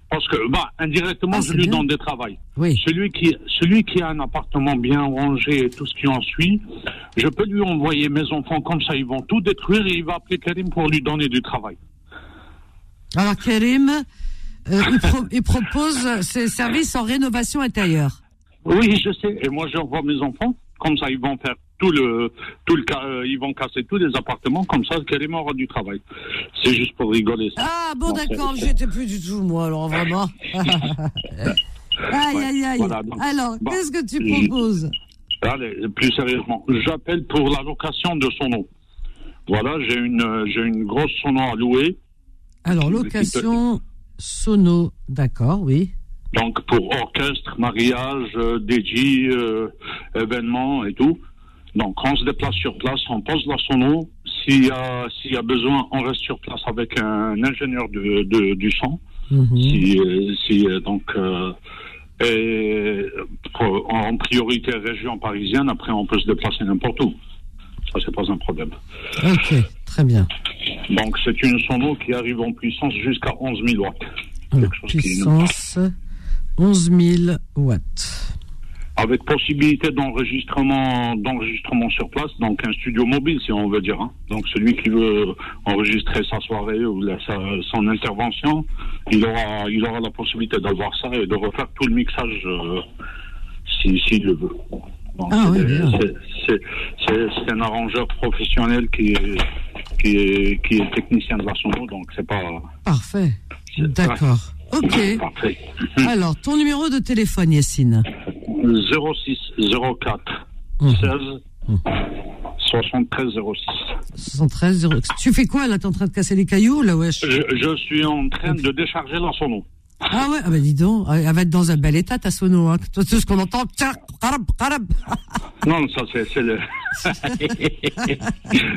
Speaker 11: Parce que, bah, indirectement,
Speaker 2: Ah,
Speaker 11: je
Speaker 2: c'est
Speaker 11: lui
Speaker 2: bien.
Speaker 11: donne des travail.
Speaker 2: oui.
Speaker 11: Celui qui, celui qui a un appartement bien rangé et tout ce qui en suit, je peux lui envoyer mes enfants comme ça, ils vont tout détruire et il va appeler Karim pour lui donner du travail.
Speaker 2: Alors Karim, euh, il, pro- il propose ses services en rénovation intérieure.
Speaker 11: Oui, je sais. Et moi, je revois mes enfants. Comme ça, ils vont faire tout le, tout le, ca- euh, ils vont casser tous les appartements. Comme ça, Karim aura du travail. C'est juste pour rigoler. Ça.
Speaker 2: Ah bon
Speaker 11: Non, c'est-
Speaker 2: d'accord, j'y étais plus du tout moi alors vraiment. aïe aïe aïe.
Speaker 11: voilà, donc,
Speaker 2: alors
Speaker 11: bon,
Speaker 2: qu'est-ce que tu
Speaker 11: je-
Speaker 2: proposes
Speaker 11: Allez, plus sérieusement, j'appelle pour la location de sono. Voilà, j'ai une, euh, j'ai une grosse sono à louer.
Speaker 2: Alors location sono, d'accord, oui.
Speaker 11: Donc pour orchestre, mariage, euh, DJ, euh, événements et tout. Donc on se déplace sur place, on pose la sono. S'il y a, s'il y a besoin, on reste sur place avec un ingénieur de, de- du son.
Speaker 2: Mhm.
Speaker 11: Si, euh, si, euh, donc euh, et, pour- en priorité région parisienne, après on peut se déplacer n'importe où. Ça c'est pas un problème.
Speaker 2: Ok, très bien.
Speaker 11: Donc c'est une sono qui arrive en puissance jusqu'à 11 000 watts.
Speaker 2: Alors,
Speaker 11: chose qui est
Speaker 2: puissance 11 000 watts.
Speaker 11: avec possibilité d'enregistrement d'enregistrement sur place, donc un studio mobile si on veut dire. hein. Donc celui qui veut enregistrer sa soirée ou la- sa- son intervention, il aura il aura la possibilité d'avoir ça et de refaire tout le mixage euh, si- s'il le veut. Donc,
Speaker 8: Ah
Speaker 2: Ah
Speaker 11: c'est- c'est- c'est- c'est c'est un arrangeur professionnel qui est, qui est, qui est technicien de la sono, donc c'est pas
Speaker 2: Parfait. D'accord. Ok.
Speaker 11: parfait.
Speaker 2: Alors, ton numéro de téléphone, Yacine
Speaker 11: 06 04 16 73 06.
Speaker 2: 73 0. Tu fais quoi là T'es en train de casser les cailloux là, wesh
Speaker 11: Je, je suis en train de décharger la sono.
Speaker 2: Ah ouais, ah bah dis donc, ah, elle va être dans un bel état ta sono. Hein. Toi, tout ce qu'on entend, tchac, carab, carab.
Speaker 11: Non, ça c'est c'est le.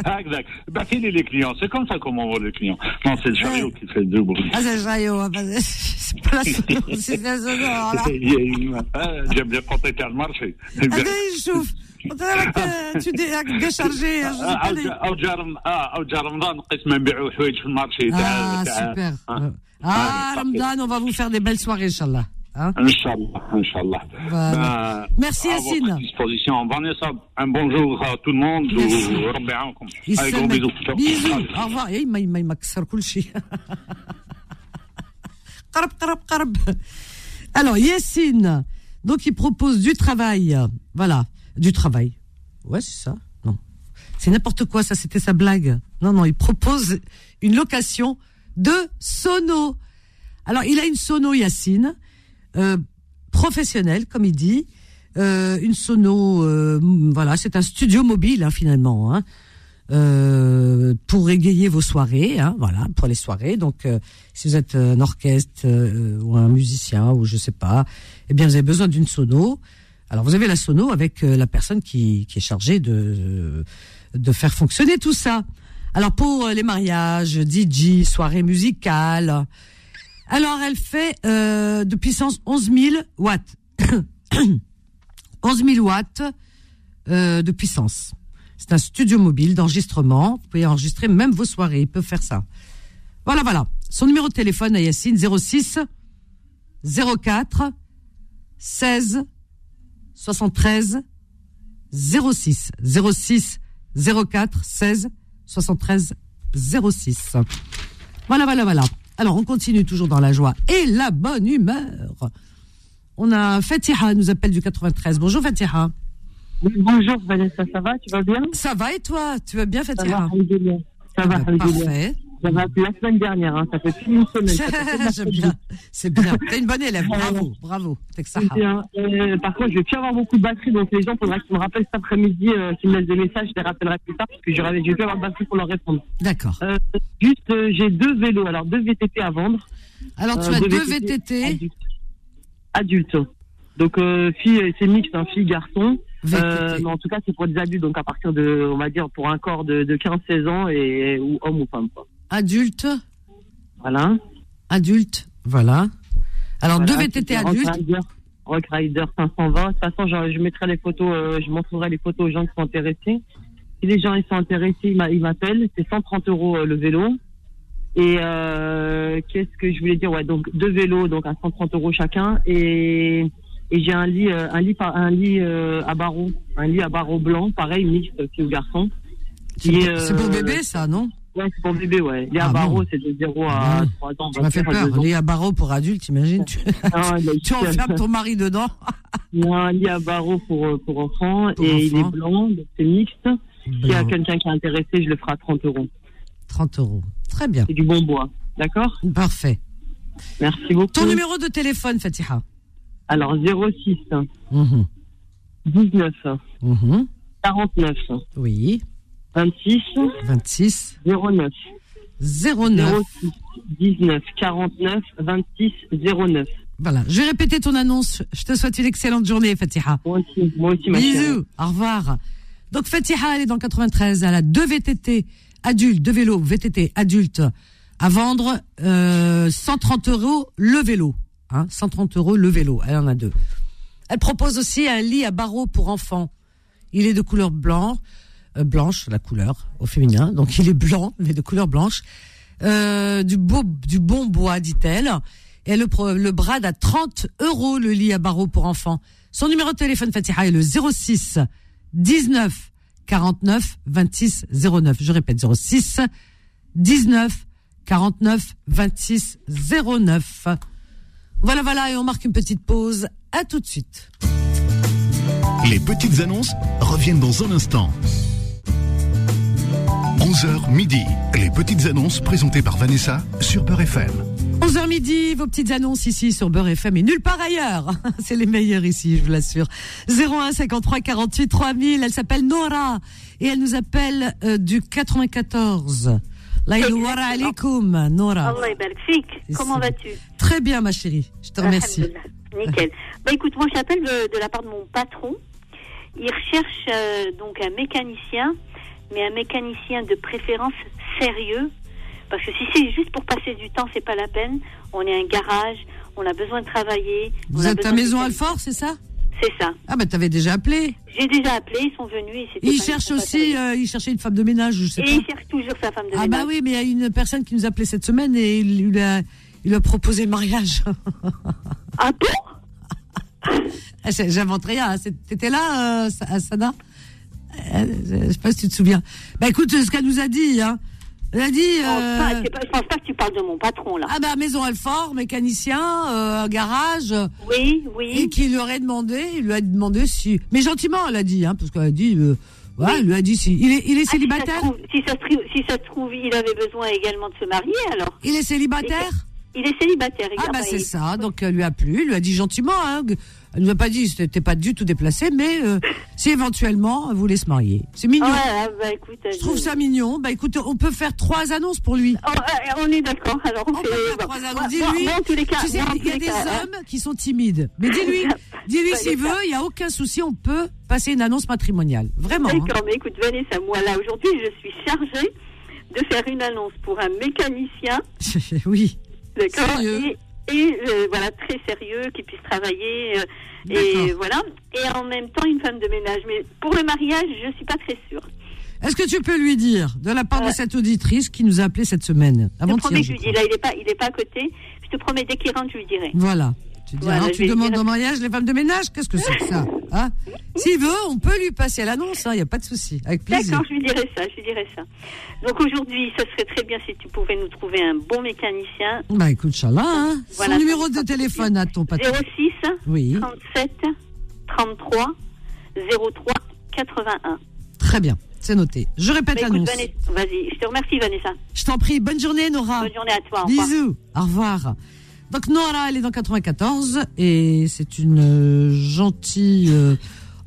Speaker 11: ah, exact. Bah, fini les clients. C'est comme ça qu'on envoie les clients. Non, c'est le chariot qui fait deux bruits.
Speaker 2: Ah, c'est le chariot, hein, pas- c'est pas la sono, c'est la sono. alors là.
Speaker 11: Il y a une- Ah, J'aime bien quand t'es le marché.
Speaker 2: Ah, mais il chauffe. On dirait que tu dé- déchargé. hein, je sais
Speaker 11: Ah,
Speaker 2: pas, les-
Speaker 11: او جا رم- اه او جا رمضان قسما نبيعوا حوايج في المارشي
Speaker 2: Ah,
Speaker 11: تعال
Speaker 2: super.
Speaker 11: تعال
Speaker 2: Ah, Ramdan, on va vous faire des belles soirées, Inch'Allah. Hein
Speaker 11: ان شاء الله ان شاء الله
Speaker 2: Voilà.
Speaker 11: Ben,
Speaker 2: Merci,
Speaker 11: à
Speaker 2: Yacine.
Speaker 11: votre disposition Vanessa un bonjour à tout le monde
Speaker 2: Merci.
Speaker 11: و ربي يعاونكم Allez, gros
Speaker 2: يسلمك.
Speaker 11: bisous Ciao.
Speaker 2: بيزو au revoir. Eh, يا إما- إما- إما كسر كل شيء. قرب قرب قرب. Alors, Yessine, donc il propose du travail. Voilà, du travail. Ouais, c'est ça. Non. C'est n'importe quoi, ça, c'était sa blague. Non, non, il propose une location de sono. Alors, il a une sono, Yacine, euh, professionnelle, comme il dit. Euh, une sono, euh, m- voilà, c'est un studio mobile, hein, finalement. Hein euh, pour égayer vos soirées, hein, voilà, pour les soirées. Donc, euh, si vous êtes euh, un orchestre euh, ou un musicien ou je sais pas, eh bien, vous avez besoin d'une sono. Alors, vous avez la sono avec euh, la personne qui, qui est chargée de de faire fonctionner tout ça. Alors, pour euh, les mariages, DJ, soirées musicales. Alors, elle fait euh, de puissance 11 000 watts. 11 000 watts euh, de puissance. C'est un studio mobile d'enregistrement. Vous pouvez enregistrer même vos soirées. Il peut faire ça. Voilà, voilà. Son numéro de téléphone à Yacine 06 04 16 73 06 06 04 16 73 06. Voilà, voilà, voilà. Alors, on continue toujours dans la joie et la bonne humeur. On a Fatiha nous appelle du 93. Bonjour Fatiha.
Speaker 10: Bonjour Vanessa, ça va Tu vas bien
Speaker 2: Ça va et toi Tu vas bien Fatiha
Speaker 10: Ça va, Alhamdoulilah. Ça va,
Speaker 2: Ah bah,
Speaker 10: Alhamdoulilah.
Speaker 2: parfait.
Speaker 10: Ça va depuis la semaine dernière, hein. ça fait plus d'une semaine. ça fait plus de la
Speaker 2: J'aime
Speaker 10: semaine. Euh,
Speaker 2: bien. C'est bien. T'es une bonne élève. Bravo. Bravo. T'es que ça.
Speaker 10: C'est bien. Euh, par contre, je vais plus avoir beaucoup de batterie, donc les gens, faudra qu'ils me rappellent cet après-midi, euh, s'ils me laissent des messages, je les rappellerai plus tard, parce que j'aurai- je vais plus avoir de batterie pour leur répondre.
Speaker 2: D'accord.
Speaker 10: juste, euh, j'ai deux vélos, alors deux VTT à vendre. Euh,
Speaker 2: Alors, tu as deux VTT.
Speaker 10: adultes. Adultes. Donc, euh, fille, c'est mixte, hein, fille, garçon. Euh, mais en tout cas, c'est pour des adultes, donc à partir de, on va dire, pour un corps de, de 15-16 ans, et, ou homme ou femme. quoi.
Speaker 2: Adulte.
Speaker 10: Voilà.
Speaker 2: Adulte. Voilà. Alors,
Speaker 10: Voilà,
Speaker 2: deux VTT
Speaker 10: c'est un
Speaker 2: adultes.
Speaker 10: Rock Rider, Rock Rider 520. De toute façon, je, je mettrai les photos, euh, je montrerai les photos aux gens qui sont intéressés. Si les gens ils sont intéressés, ils m'a- ils m'appellent. C'est 130 euros euh, le vélo. Et euh, qu'est-ce que je voulais dire Ouais, donc deux vélos, donc à 130 euros chacun. Et, et j'ai un lit, euh, un lit, par- un lit euh, à barreaux, un lit à barreaux blanc, pareil mixte, fille ou garçon.
Speaker 2: C'est
Speaker 10: Qui
Speaker 2: pour-
Speaker 10: est,
Speaker 2: c'est pour
Speaker 10: euh,
Speaker 2: bébé, ça, non
Speaker 10: Ouais, c'est pour bébé, ouais. Lit à
Speaker 2: Ah,
Speaker 10: barreaux,
Speaker 2: bon.
Speaker 10: c'est de 0 à
Speaker 2: Ouais.
Speaker 10: 3 ans.
Speaker 2: Tu m'as fait
Speaker 10: 21 à
Speaker 2: peur.
Speaker 10: 2 ans.
Speaker 2: Léa Barreau pour adulte, t'imagines tu,
Speaker 10: Ah, il a eu
Speaker 2: tu
Speaker 10: peur.
Speaker 2: enfermes ton mari dedans.
Speaker 10: Il y a un lit à barreaux pour, euh, pour enfants et il est blanc, donc c'est mixte. S'il y a quelqu'un qui est intéressé, je le ferai à 30 euros.
Speaker 2: 30 euros. Très bien.
Speaker 10: C'est du bon bois, d'accord
Speaker 2: Parfait.
Speaker 10: Merci beaucoup.
Speaker 2: Ton numéro de téléphone, Fatiha. Mhm.
Speaker 10: Alors 06 19 49
Speaker 2: Oui.
Speaker 10: 26
Speaker 2: 26
Speaker 10: 09
Speaker 2: 09
Speaker 10: 06 19 49 26 09.
Speaker 2: Voilà. Je vais répéter ton annonce. Je te souhaite une excellente journée, Fatiha.
Speaker 10: Moi aussi, moi aussi, ma chérie.
Speaker 2: Bisous. Au revoir. Donc, Fatiha, elle est dans 93. Elle a deux VTT adultes, deux vélos VTT adultes à vendre. euh, 130 euros le vélo. Hein, 130 euros le vélo. Elle en a deux. Elle propose aussi un lit à barreaux pour enfants. Il est de couleur blanc, euh, blanche, la couleur au féminin. Donc il est blanc, mais de couleur blanche. Euh, du beau, du bon bois, dit-elle. Et le, pro- le Brad à 30 euros le lit à barreaux pour enfants. Son numéro de téléphone Fatiha est le 06 19 49 26 09. Je répète 06 19 49 26 09. Voilà, voilà, et on marque une petite pause. À tout de suite.
Speaker 1: Les petites annonces reviennent dans un instant. 11h midi, les petites annonces présentées par Vanessa sur Beurre FM.
Speaker 2: 11h midi, vos petites annonces ici sur Beurre FM et nulle part ailleurs. C'est les meilleurs ici, je vous l'assure. 01 53 48 3000, elle s'appelle Nora et elle nous appelle euh, du 94. Laïlouara alaikum, Nora.
Speaker 12: Allah barik fik. Comment vas-tu
Speaker 2: Très bien ma chérie, je te remercie.
Speaker 12: Alhamdoulilah. Nickel. Bah écoute, moi j'appelle de, de la part de mon patron. Il recherche euh, donc un mécanicien, mais un mécanicien de préférence sérieux. Parce que si c'est juste pour passer du temps, c'est pas la peine. On est un garage, on a besoin de travailler.
Speaker 2: Vous
Speaker 12: on a
Speaker 2: êtes
Speaker 12: besoin
Speaker 2: à
Speaker 12: de-
Speaker 2: Maison Alfort, c'est ça
Speaker 12: C'est ça.
Speaker 2: Ah bah t'avais déjà appelé.
Speaker 12: J'ai déjà appelé, ils sont venus. Et c'était
Speaker 2: Il
Speaker 12: pas-
Speaker 2: cherche
Speaker 12: ils sont pas
Speaker 2: aussi, euh, il cherchait une femme de ménage, je sais
Speaker 12: Et
Speaker 2: pas.
Speaker 12: il cherche toujours sa femme de
Speaker 2: Ah bah
Speaker 12: ménage.
Speaker 2: oui, mais il y a une personne qui nous appelait cette semaine et il lui a, il lui a proposé le mariage.
Speaker 12: Ah bon
Speaker 2: J'invente rien. hein. C'est- T'étais là, euh, Sa- à Sana Euh, Je sais pas si tu te souviens. Bah écoute, ce qu'elle nous a dit. Hein. Elle a dit...
Speaker 12: Oh,
Speaker 2: euh,
Speaker 12: pas- c'est pas- je pense pas que tu parles de mon patron là.
Speaker 2: Ah bah Maison Alfort, mécanicien, euh, garage.
Speaker 12: Oui, oui.
Speaker 2: Et qui lui aurait demandé, il lui a demandé si... Mais gentiment, elle a dit, hein, parce qu'elle a dit... euh, ouais, elle lui a dit si... Il est, il
Speaker 12: Ah, si
Speaker 2: est
Speaker 12: ça se
Speaker 2: célibataire
Speaker 12: trouve- si, ça se trouve, si ça se trouve, il avait besoin également de se marier alors.
Speaker 2: Il est célibataire
Speaker 12: Il est célibataire. il
Speaker 2: Ah
Speaker 12: a
Speaker 2: bah
Speaker 12: pas-
Speaker 2: c'est
Speaker 12: il-
Speaker 2: ça, donc elle lui a plu, elle lui a dit gentiment, hein, que- elle nous a pas dit, c'était pas du tout déplacé, mais euh, si éventuellement elle voulait se marier. C'est mignon.
Speaker 12: Ouais, ah, bah, écoute,
Speaker 2: je trouve ça mignon. Bah écoute, on peut faire trois annonces pour lui.
Speaker 12: Oh, on est d'accord. Alors on,
Speaker 2: peut faire trois annonces. Dis-lui.
Speaker 12: moi, en tous les cas-
Speaker 2: tu sais,
Speaker 12: moi, en
Speaker 2: il y
Speaker 12: tous
Speaker 2: a
Speaker 12: les
Speaker 2: des
Speaker 12: cas, hein.
Speaker 2: hommes qui sont timides. Mais dis-lui, dis-lui
Speaker 12: Bah,
Speaker 2: s'il
Speaker 12: d'accord.
Speaker 2: veut, il y a aucun souci, on peut passer une annonce matrimoniale. Vraiment. hein.
Speaker 12: D'accord, mais écoute, Vanessa, moi là aujourd'hui, je suis chargée de faire une annonce pour un mécanicien.
Speaker 2: oui.
Speaker 12: D'accord.
Speaker 2: Sérieux.
Speaker 12: Et, et, euh, voilà, très sérieux, qui puisse travailler. euh, et
Speaker 2: D'accord.
Speaker 12: voilà. Et en même temps, une femme de ménage. Mais pour le mariage, je suis pas très sûre.
Speaker 2: Est-ce que tu peux lui dire, de la
Speaker 12: Euh.
Speaker 2: part de cette auditrice qui nous a appelé cette semaine,
Speaker 12: Je te
Speaker 2: avant
Speaker 12: promets que je lui dis, là, il est pas, il est pas à côté. Je te promets, dès qu'il rentre, je lui dirai.
Speaker 2: Voilà. Tu, dis,
Speaker 12: Voilà,
Speaker 2: alors,
Speaker 12: je
Speaker 2: tu
Speaker 12: vais
Speaker 2: demandes
Speaker 12: dire-
Speaker 2: en mariage les femmes de ménage Qu'est-ce que c'est que ça hein S'il veut, on peut lui passer l'annonce, hein, il n'y a pas de souci. Avec plaisir.
Speaker 12: D'accord, je lui dirai ça, je lui dirai ça. Donc aujourd'hui, ce serait très bien si tu pouvais nous trouver un bon mécanicien.
Speaker 2: Bah écoute, Inch'Allah. hein.
Speaker 12: Voilà,
Speaker 2: Son numéro de téléphone à ton patron.
Speaker 12: 06
Speaker 2: Oui.
Speaker 12: 37 33 03 81.
Speaker 2: Très bien, c'est noté. Je
Speaker 12: Bah,
Speaker 2: répète
Speaker 12: écoute,
Speaker 2: l'annonce.
Speaker 12: Vanessa- Vas-y, je te remercie Vanessa.
Speaker 2: Je t'en prie, bonne journée Nora.
Speaker 12: Bonne journée à toi. au revoir.
Speaker 2: Bisous, au revoir. Donc Nora, elle est dans 94 et c'est une euh, gentille euh,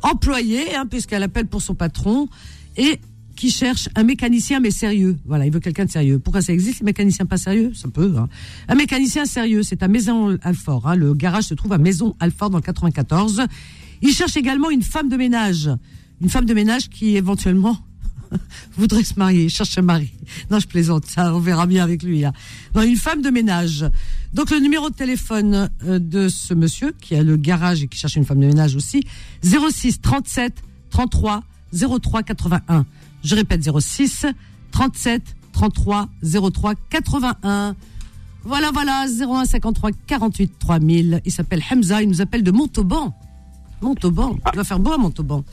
Speaker 2: employée, hein, puisqu'elle appelle pour son patron et qui cherche un mécanicien mais sérieux. Voilà, il veut quelqu'un de sérieux. Pourquoi ça existe les mécaniciens pas sérieux Ça peut. hein. Un mécanicien sérieux, c'est à Maison Alfort. hein. Le garage se trouve à Maison Alfort dans le 94. Il cherche également une femme de ménage, une femme de ménage qui éventuellement voudrait se marier, cherche un mari. Non, je plaisante, ça, on verra bien avec lui. Là. Non, une femme de ménage. Donc le numéro de téléphone euh, de ce monsieur qui a le garage et qui cherche une femme de ménage aussi, 06 37 33 03 81. Je répète 06 37 33 03 81. Voilà, voilà, 01 53 48 3000. Il s'appelle Hamza, il nous appelle de Montauban. Montauban, il va faire beau à Montauban.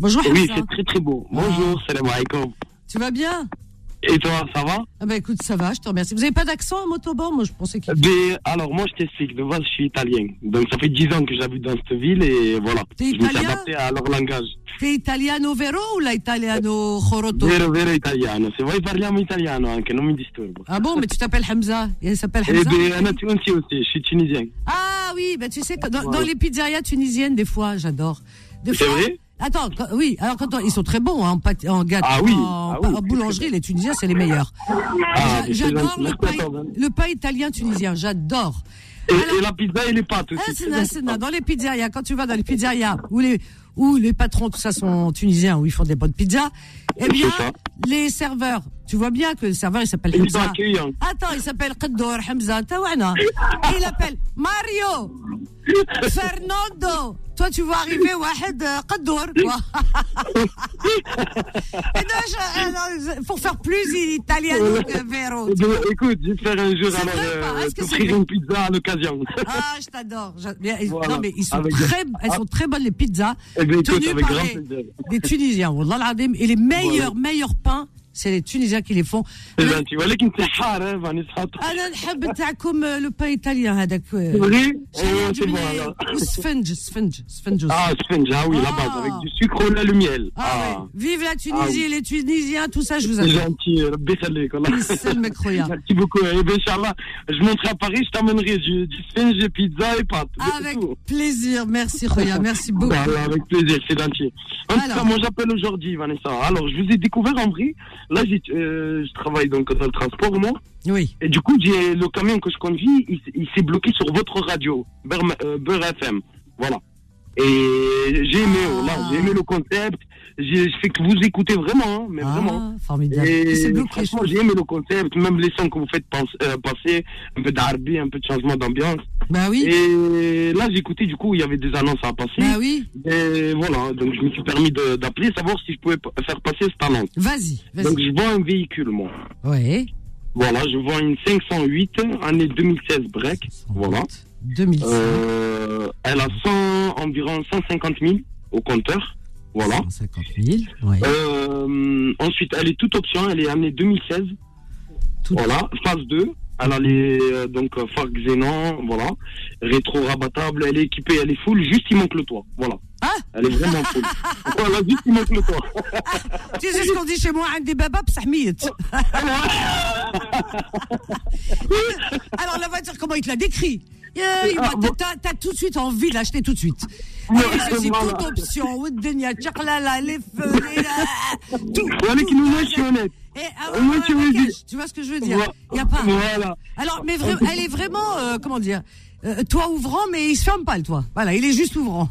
Speaker 2: Bonjour Ah.
Speaker 6: Oui,
Speaker 2: Hamza.
Speaker 6: c'est très très beau. Bonjour, salam alaikum.
Speaker 2: Tu vas bien
Speaker 6: Et toi, ça va
Speaker 2: Ah bah écoute, ça va, je te remercie. Vous n'avez pas d'accent à Motoban Moi, je pensais qu'il...
Speaker 6: Mais, Alors, moi, je t'explique. De base, je suis italien. Donc, ça fait 10 ans que j'habite dans cette ville et voilà.
Speaker 2: T'es
Speaker 6: je me suis
Speaker 2: italien
Speaker 6: adapté à leur langage.
Speaker 2: T'es italiano vero ou la italiano joroto
Speaker 6: Vero, vero italiano. Se vuoi parliamo italiano anche, non mi disturbo.
Speaker 2: Ah bon, mais tu t'appelles Hamza Il s'appelle
Speaker 6: Eh
Speaker 2: Hamza
Speaker 6: bien, un Tunisie aussi, je suis tunisien.
Speaker 2: Ah oui, bah tu sais, que dans,
Speaker 6: Voilà.
Speaker 2: dans les pizzerias tunisiennes, des fois, j'adore. Des
Speaker 6: C'est
Speaker 2: fois-
Speaker 6: vrai
Speaker 2: Attends, quand- oui, alors quand on- ils sont très bons hein, en, pâte- en gâteau,
Speaker 6: Ah oui,
Speaker 2: en,
Speaker 6: ah oui,
Speaker 2: en boulangerie, les Tunisiens, c'est les meilleurs.
Speaker 6: Ah, mais c'est
Speaker 2: Euh, J'adore
Speaker 6: gentil.
Speaker 2: le,
Speaker 6: Merci
Speaker 2: pain-
Speaker 6: à toi, Ben.
Speaker 2: le pain italien tunisien, j'adore.
Speaker 6: Et, et la pizza et les pâtes aussi.
Speaker 2: Ah, c'est
Speaker 6: très
Speaker 2: na- c'est na- dans les pizzerias, quand tu vas dans les pizzerias où les, où les patrons, tout ça, sont tunisiens, où ils font des bonnes pizzas, eh bien,
Speaker 6: C'est ça.
Speaker 2: les serveurs, tu vois bien que le serveur, il s'appelle
Speaker 6: Ils sont
Speaker 2: Hamza.
Speaker 6: accueillants.
Speaker 2: Attends, il s'appelle Qaddour hein, Hamza, Tawana. Et il appelle Mario, Fernando, toi, tu vois arriver Wahed euh, Qaddour, quoi. Et non, je- euh, non, je- pour faire plus italien que Véro.
Speaker 6: Eh,
Speaker 2: tu vois.
Speaker 6: Donc, Écoute, je vais te faire un jour alors
Speaker 2: pas,
Speaker 6: euh,
Speaker 2: est-ce que c'est
Speaker 6: t'offrir
Speaker 2: vrai
Speaker 6: une pizza à l'occasion.
Speaker 2: Ah, je t'adore. J'a- mais elles-
Speaker 6: Voilà.
Speaker 2: Non, mais ils sont
Speaker 6: Avec-
Speaker 2: très, elles sont très bonnes, les pizzas.
Speaker 6: Eh bien, écoute,
Speaker 2: tenues
Speaker 6: avec
Speaker 2: par
Speaker 6: grand
Speaker 2: les-
Speaker 6: plaisir.
Speaker 2: des Tunisiens. Wallah al-azim. Et les
Speaker 6: Voilà.
Speaker 2: meilleurs,
Speaker 6: Eh ben,
Speaker 2: meilleurs pains, c'est les Tunisiens qui les font. Ah,
Speaker 6: C'est hein, gentil. ولكن انت حار ها، فانيسا.
Speaker 2: انا نحب تاعكم لو با ايطاليان هذاك
Speaker 6: Oui, euh, c'est bon, alors.
Speaker 2: والسفنج السفنج السفنج
Speaker 6: Ah, sponge, ah oui, la base, avec du sucre ou là, le miel.
Speaker 2: Ah, ouais. Vive la Tunisie,
Speaker 6: Ah oui.
Speaker 2: les Tunisiens, tout ça, je vous
Speaker 6: C'est
Speaker 2: adore.
Speaker 6: gentil, euh, Rabbi Khalik, Allah.
Speaker 2: C'est le mec croyant.
Speaker 6: Merci beaucoup. Eh bien, Inch'Allah, je monterai à Paris, je t'amènerai du, du sponge, des pizzas et pâtes.
Speaker 2: Avec plaisir, merci Roya, merci beaucoup.
Speaker 6: Voilà, avec plaisir, c'est gentil. En tout cas,
Speaker 2: Alors.
Speaker 6: moi j'appelle aujourd'hui, Vanessa. Alors, je vous ai découvert en vrai. Là, j'ai- euh, je travaille donc dans le transport, moi.
Speaker 2: Oui.
Speaker 6: Et du coup, j'ai le camion que je conduis, il, s- il s'est bloqué sur votre radio, Beurre, euh, Beurre FM. Voilà. Et j'ai aimé, voilà, j'ai aimé le concept. J'ai- Je fais que vous écoutez vraiment, hein, mais vraiment.
Speaker 2: Ah, Formidable. Il s'est
Speaker 6: Et
Speaker 2: bloqué,
Speaker 6: franchement, j'ai aimé le concept, même les sons que vous faites pense- euh, passer, un peu d'arbi, un peu de changement d'ambiance.
Speaker 2: Bah oui.
Speaker 6: Et là, j'écoutais, du coup, il y avait des annonces à passer.
Speaker 2: Bah oui.
Speaker 6: Et voilà, donc je me suis permis de- d'appeler, savoir si je pouvais p- faire passer cette annonce.
Speaker 2: Vas-y, vas-y.
Speaker 6: Donc je vends un véhicule, moi.
Speaker 2: Ouais.
Speaker 6: Voilà, je vends une 508, année 2016 break. Voilà.
Speaker 2: 2016.
Speaker 6: Euh, elle a 100, environ 150 000 au compteur. Voilà.
Speaker 2: 150 000. Ouais.
Speaker 6: Euh, ensuite, elle est toute option, elle est année 2016. voilà, phase 2. Elle a les, euh, donc, euh, phares xénon, voilà. Rétro rabattable, elle est équipée, elle est full, juste il manque le toit. Voilà.
Speaker 2: Ah.
Speaker 6: elle est vraiment full. voilà, juste il manque le toit.
Speaker 2: Tu sais ce qu'on dit chez moi, un des babas, ça Alors la voiture, comment il te l'a décrit Yeah,
Speaker 6: Ah,
Speaker 2: il m'a- T'as t'as tout de suite envie de l'acheter tout de suite. Et
Speaker 6: Ouais,
Speaker 2: ceci,
Speaker 6: voilà.
Speaker 2: toute option, ou de Denia, tchaklala, les feux, les- ah, tout.
Speaker 6: Avec
Speaker 2: tout,
Speaker 6: une
Speaker 2: tout,
Speaker 6: moi, je suis honnête.
Speaker 2: Et, ah,
Speaker 6: Moi,
Speaker 2: ouais,
Speaker 6: tu
Speaker 2: ouais,
Speaker 6: me
Speaker 2: Cash,
Speaker 6: dis.
Speaker 2: tu vois ce que je veux dire
Speaker 6: Voilà.
Speaker 2: Il y a pas.
Speaker 6: Voilà.
Speaker 2: Alors, mais vra- elle est vraiment, euh, comment dire, euh, toit ouvrant, mais il se ferme pas le toit. Voilà, il est juste ouvrant.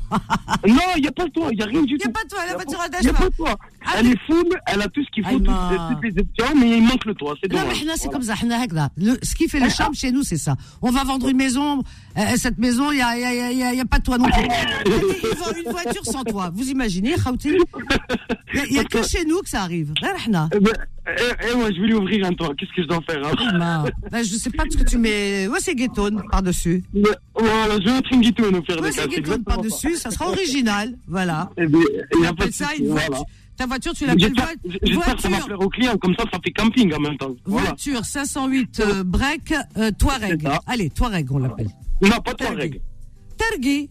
Speaker 6: Non, il n'y a pas de toit, il n'y a rien du tout.
Speaker 2: Il n'y a pas de toit, la voiture
Speaker 6: Il n'y a
Speaker 2: attache
Speaker 6: pas
Speaker 2: pas.
Speaker 6: de toit. Elle est full, elle a tout ce qu'il faut, toutes,
Speaker 2: Aïma.
Speaker 6: toutes les options, mais il manque le toit, c'est
Speaker 2: Non,
Speaker 6: dommage.
Speaker 2: mais hna, c'est
Speaker 6: Voilà.
Speaker 2: comme ça. hna, hna. Le- ce qui fait le charme chez nous, c'est ça. On va vendre une maison. euh, cette maison, il n'y a, il y a- il y a- il y a pas de toit non plus. Allez, ils vendent une voiture sans toit. Vous imaginez, Khawti Il n'y a, que chez nous que ça arrive. Hna, hna.
Speaker 6: Eh ben, eh, eh, moi, je vais lui ouvrir un toit, qu'est-ce que je dois faire hein
Speaker 2: Aïma. Ben, je sais pas parce que tu mets. Ouais, c'est guettone par-dessus.
Speaker 6: Mais, Voilà, je vais mettre une guitare nous faire
Speaker 2: Ouais,
Speaker 6: des
Speaker 2: c'est guettone par-dessus. Ça sera original. Voilà.
Speaker 6: Eh ben, il n'y a
Speaker 2: On
Speaker 6: pas de
Speaker 2: appelle ça
Speaker 6: souci,
Speaker 2: une voiture.
Speaker 6: voilà.
Speaker 2: Ta voiture, tu l'appelles
Speaker 6: J'espère-
Speaker 2: vo-
Speaker 6: J'espère que ça va
Speaker 2: voiture.
Speaker 6: plaire aux clients, comme ça, ça fait camping en même temps. Voilà.
Speaker 2: Voiture 508 euh, break euh, Touareg. Allez, Touareg, on l'appelle.
Speaker 6: Euh, Non, pas de Touareg.
Speaker 2: Targui.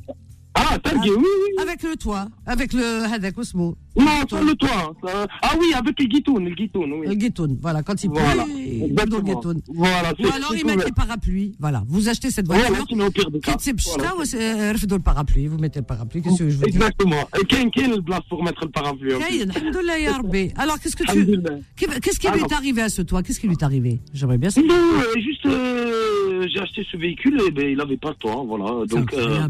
Speaker 6: Ah, Targui, oui, oui.
Speaker 2: Avec le toit, avec le Hadak Osmo.
Speaker 6: Non, pas le toit. ça- Ah oui, avec le guitoun, le guitoun, oui.
Speaker 2: Le guitoun, voilà, quand il pleut,
Speaker 6: Voilà,
Speaker 2: il met dans
Speaker 6: exactement.
Speaker 2: le guitoun.
Speaker 6: Voilà,
Speaker 2: Ou
Speaker 6: c'est-
Speaker 2: alors
Speaker 6: c'est
Speaker 2: ils mettent
Speaker 6: couvert.
Speaker 2: les parapluies. Voilà, vous achetez cette
Speaker 6: Voilà,
Speaker 2: voiture.
Speaker 6: sinon, au pire des cas.
Speaker 2: Quitte ces pchita,
Speaker 6: Voilà.
Speaker 2: ouais, c'est- euh, refdou le parapluie, vous mettez le parapluie, qu'est-ce que je vous dis
Speaker 6: Exactement. Et quel quel est le place pour mettre le parapluie en plus
Speaker 2: Kayen, alhamdoulilah, ya Rabbi. Alors qu'est-ce que
Speaker 6: Alhamdoulilah.
Speaker 2: tu. Qu'est-ce qui lui
Speaker 6: Alors.
Speaker 2: est arrivé à ce toit Qu'est-ce qui lui est arrivé J'aimerais bien
Speaker 6: Non, euh, juste euh, j'ai acheté ce véhicule et ben, il n'avait pas de toit, voilà. Donc euh,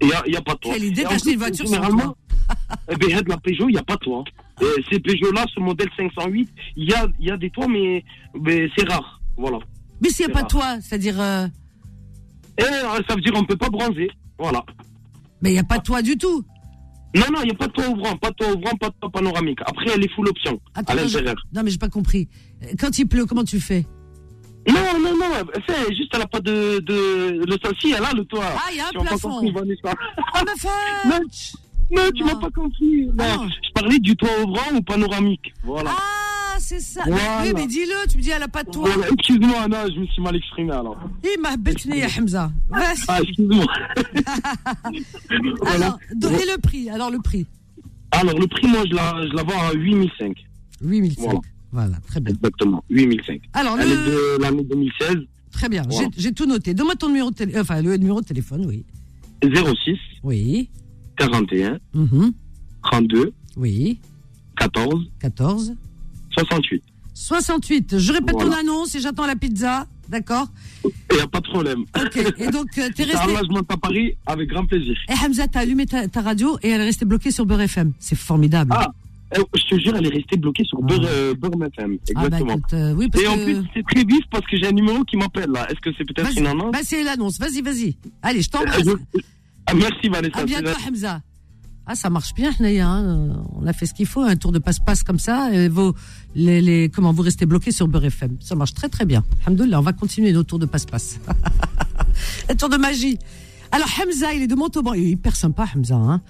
Speaker 6: il n'y a, il y a pas de toit.
Speaker 2: Quelle idée
Speaker 6: Et en
Speaker 2: d'acheter
Speaker 6: plus,
Speaker 2: une voiture sans
Speaker 6: généralement, eh ben, il y a de la Peugeot, il n'y a pas de toit. Et ces Peugeot-là, ce modèle 508, il y a, il y a des toits, mais, mais c'est rare, voilà.
Speaker 2: Mais s'il n'y a
Speaker 6: C'est
Speaker 2: pas de
Speaker 6: rare.
Speaker 2: toit, c'est-à-dire. euh,
Speaker 6: Et euh, ça veut dire on ne peut pas bronzer, voilà.
Speaker 2: Mais il n'y a pas de toit du tout.
Speaker 6: Non, non, il n'y a pas de toit ouvrant, pas de toit ouvrant, pas de toit panoramique. Après, elle est full option,
Speaker 2: Attends,
Speaker 6: à
Speaker 2: non, je-
Speaker 6: l'intérieur.
Speaker 2: Non, mais j'ai Ah, pas compris. Euh, Quand il pleut, comment tu fais
Speaker 6: Non, non, non, c'est juste, elle n'a pas de, de. Le sol, si, elle a le toit.
Speaker 2: Ah, il y a un
Speaker 6: Tu as pas
Speaker 2: plafond.
Speaker 6: compris, Vanessa.
Speaker 2: Ah, ma femme
Speaker 6: Non, tu- non, tu m'as pas compris. Non, je parlais du toit ouvrant ou panoramique. Voilà.
Speaker 2: Ah, c'est ça.
Speaker 6: Voilà.
Speaker 2: Oui, mais dis-le, tu me dis, elle n'a pas de toit.
Speaker 6: Voilà, Excuse-moi, non, je me suis mal exprimé alors.
Speaker 2: Il Eh, m'a bêtiné, ya Hamza. Vas-y.
Speaker 6: Ah, excuse-moi.
Speaker 2: Alors, donnez le prix. Alors, le prix.
Speaker 6: Alors, le prix, moi, je la, je la vends à 8005.
Speaker 2: 8005.
Speaker 6: Voilà.
Speaker 2: Voilà, très bien.
Speaker 6: Exactement, 8005.
Speaker 2: Alors,
Speaker 6: Elle
Speaker 2: le-
Speaker 6: est de l'année 2016,
Speaker 2: Très bien.
Speaker 6: Voilà.
Speaker 2: J'ai- J'ai tout noté. Donne-moi ton numéro de téléphone. Enfin, le numéro de téléphone, oui.
Speaker 6: 06
Speaker 2: Oui.
Speaker 6: 41
Speaker 2: Mhm.
Speaker 6: 32
Speaker 2: Oui.
Speaker 6: 14
Speaker 2: 14
Speaker 6: 68.
Speaker 2: 68. Je répète ton
Speaker 6: Voilà.
Speaker 2: annonce et j'attends la pizza. D'accord
Speaker 6: Il n'y a pas de problème.
Speaker 2: Ok, et donc, euh, t'es resté-
Speaker 6: Alors là, je monte à Paris avec grand plaisir.
Speaker 2: Et Eh, Hamza, t'as allumé ta, ta radio et elle est restée bloquée sur Beurre FM. C'est formidable.
Speaker 6: Ah, euh, je te jure, elle est restée bloquée sur Beurre, euh, Beurre FM.
Speaker 2: Ah, bah,
Speaker 6: Exactement.
Speaker 2: écoute, euh, oui, parce
Speaker 6: Et en
Speaker 2: que-
Speaker 6: plus, c'est très vif parce que j'ai un numéro qui m'appelle là. Est-ce que c'est peut-être
Speaker 2: Vas-y.
Speaker 6: une annonce
Speaker 2: Bah, c'est l'annonce. Vas-y, vas-y. Allez, je t'embrasse.
Speaker 6: Ah, merci Vanessa.
Speaker 2: À bientôt,
Speaker 6: C'est-
Speaker 2: Hamza. Ah, ça marche bien, Hnaya, hein. Euh, On a fait ce qu'il faut, un tour de passe-passe comme ça. Et vous, les, les- comment vous restez bloqué sur Beurre FM Ça marche très, très bien. Alhamdoulilah, on va continuer nos tours de passe-passe. un tour de magie. Alors, Hamza, il est de Montauban. Il est hyper sympa, Hamza. hein.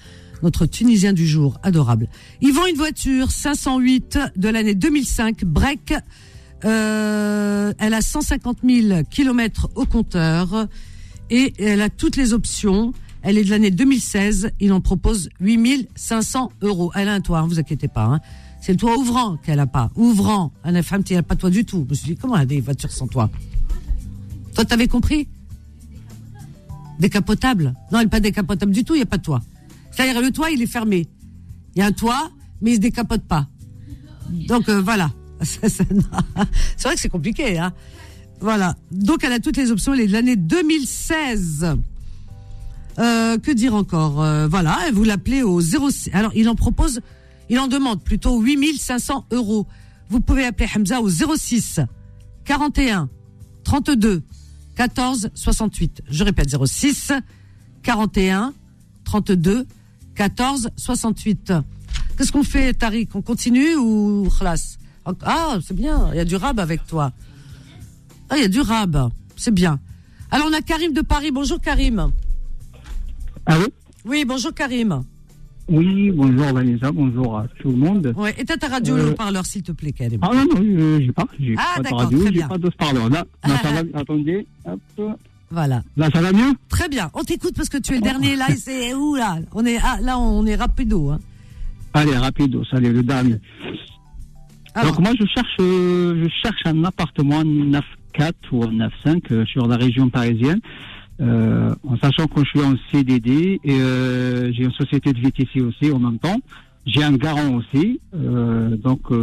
Speaker 2: Notre Tunisien du jour, adorable. Ils vend une voiture 508 de l'année 2005, break. Euh, elle a 150 000 kilomètres au compteur et elle a toutes les options. Elle est de l'année 2016. Il en propose 8500 euros. Elle a un toit, hein, vous inquiétez pas. hein. C'est le toit ouvrant qu'elle a pas. Ouvrant. Elle a femme, elle a pas de toit du tout. Je me suis dit, comment elle a des voitures sans toit Toi, t'avais compris Décapotable Non, elle n'est pas décapotable du tout, il n'y a pas de toit. C'est-à-dire, le toit, il est fermé. Il y a un toit, mais il ne se décapote pas. Donc, euh, voilà. Ça, ça, non. C'est vrai que c'est compliqué, hein voilà. Donc, elle a toutes les options. Elle est de l'année 2016. Euh, que dire encore Euh, Voilà, vous l'appelez au 06. Alors, il en propose, il en demande plutôt 8500 euros. Vous pouvez appeler Hamza au 06 41 32 14 68. Je répète, 06 41 32 14 68. Qu'est-ce qu'on fait, Tariq On continue ou khlas Ah, c'est bien, il y a du rab avec toi. Ah, il y a du rab, c'est bien. Alors, on a Karim de Paris. Bonjour, Karim.
Speaker 13: Allô
Speaker 2: Oui, bonjour Karim.
Speaker 13: Oui, bonjour Vanessa, bonjour à tout le monde.
Speaker 2: Ouais, éteins ta radio,
Speaker 13: Euh,
Speaker 2: le haut-parleur, s'il te plaît, Karim.
Speaker 13: Ah non, non, euh, j'ai pas, j'ai
Speaker 2: Ah,
Speaker 13: pas de
Speaker 2: d'accord,
Speaker 13: radio,
Speaker 2: très
Speaker 13: j'ai
Speaker 2: bien.
Speaker 13: pas de parleur. Là, là, ça va, attendez, hop.
Speaker 2: Voilà.
Speaker 13: Là, ça va mieux
Speaker 2: Très bien. On t'écoute parce que tu es le dernier là. et C'est où là On est ah, là, on est rapido. Hein.
Speaker 13: Allez, rapido, allez, le dernier. Donc moi, je cherche, euh, je cherche un appartement 9-4 ou 9-5 euh, sur la région parisienne, euh, en sachant que je suis en CDD et euh, j'ai une société de VTC aussi en même temps. J'ai un garant aussi, euh, donc euh,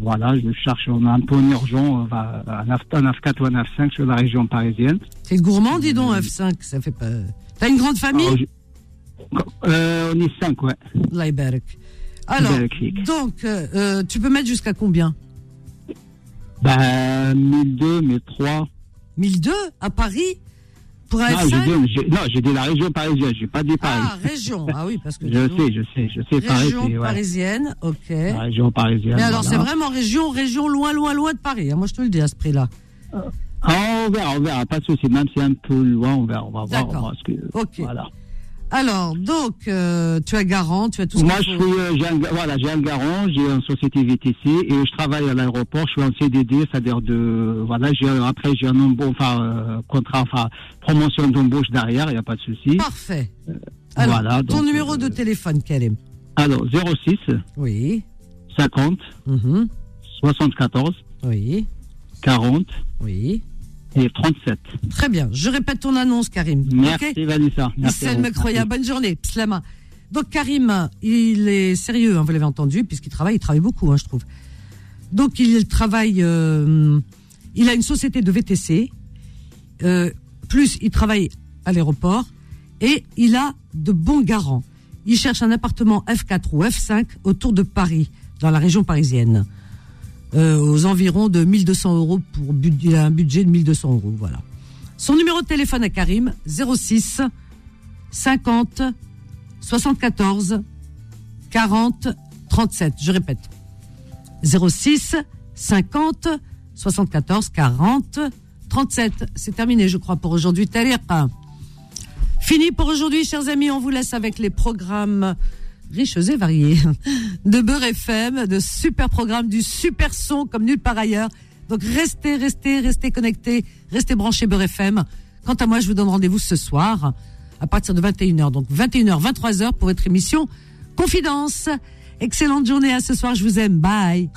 Speaker 13: voilà, je cherche on a un peu urgent euh, bah, un F- un F4 ou un F5 sur la région parisienne.
Speaker 2: C'est gourmand, dis donc, F5, ça fait pas. T'as une grande famille
Speaker 13: Euh, on est 5, ouais.
Speaker 2: Allah yabarak. Alors, donc, euh, euh, tu peux mettre jusqu'à combien
Speaker 13: Ben, 1002, 1003.
Speaker 2: 1002 à Paris Pour un
Speaker 13: Non, j'ai
Speaker 2: F5
Speaker 13: dit, j'ai- non, j'ai dit la région parisienne, j'ai pas dit Paris.
Speaker 2: Ah, région. Ah oui, parce que.
Speaker 13: Je
Speaker 2: dis donc,
Speaker 13: sais, je sais, je sais, Paris,
Speaker 2: Région
Speaker 13: c'est, ouais,
Speaker 2: parisienne, ok.
Speaker 13: la région parisienne.
Speaker 2: Mais alors,
Speaker 13: voilà.
Speaker 2: c'est vraiment région, région loin, loin, loin de Paris. hein. Moi, je te le dis à ce prix-là.
Speaker 13: Ah, on verra, on verra, pas de souci, même si c'est un peu loin, on verra, on va voir.
Speaker 2: D'accord.
Speaker 13: on va voir ce que- Voilà.
Speaker 2: Alors, donc, euh, tu as garant, tu as tout ce
Speaker 13: Moi,
Speaker 2: qu'il
Speaker 13: je
Speaker 2: faut.
Speaker 13: suis, euh, j'ai un, voilà, j'ai un garant, j'ai une société VTC et je travaille à l'aéroport. Je suis en CDD, c'est-à-dire de, voilà, j'ai, un- après j'ai un embauche, enfin, euh, contrat, enfin, promotion d'embauche derrière, il n'y a pas de souci. Euh,
Speaker 2: Parfait. Alors,
Speaker 13: voilà,
Speaker 2: ton
Speaker 13: donc, euh,
Speaker 2: numéro de téléphone, Karim
Speaker 13: Alors, 06
Speaker 2: Oui.
Speaker 13: 50
Speaker 2: Mhm.
Speaker 13: 74
Speaker 2: Oui.
Speaker 13: 40
Speaker 2: Oui.
Speaker 13: et 37.
Speaker 2: Très bien. Je répète ton annonce, Karim.
Speaker 13: Merci
Speaker 2: Ok
Speaker 13: Vanessa. Merci à
Speaker 2: Issel
Speaker 13: vous.
Speaker 2: Mekroya, bonne journée. Pslama. Donc Karim, il est sérieux, hein, vous l'avez entendu, puisqu'il travaille, il travaille beaucoup, hein, je trouve. Donc il travaille, euh, il a une société de VTC, euh, plus il travaille à l'aéroport, et il a de bons garants. Il cherche un appartement F4 ou F5 autour de Paris, dans la région parisienne, euh, aux environs de 1200 euros pour bud- il a un budget de 1200 euros, voilà. Son numéro de téléphone à Karim 06 50 74 40 37. Je répète. 06 50 74 40 37. C'est terminé, je crois, pour aujourd'hui. Tariq. Fini pour aujourd'hui, chers amis. On vous laisse avec les programmes riches et variés de Beurre FM, de super programmes, du super son comme nulle part ailleurs. Donc restez, restez, restez connectés, restez branchés Beurre FM. Quant à moi, je vous donne rendez-vous ce soir à partir de 21h. Donc 21h, 23h pour votre émission Confidence. Excellente journée à ce soir, je vous aime. Bye.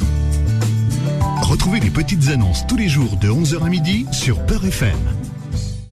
Speaker 1: Retrouvez les petites annonces tous les jours de 11h à midi sur Peur FM.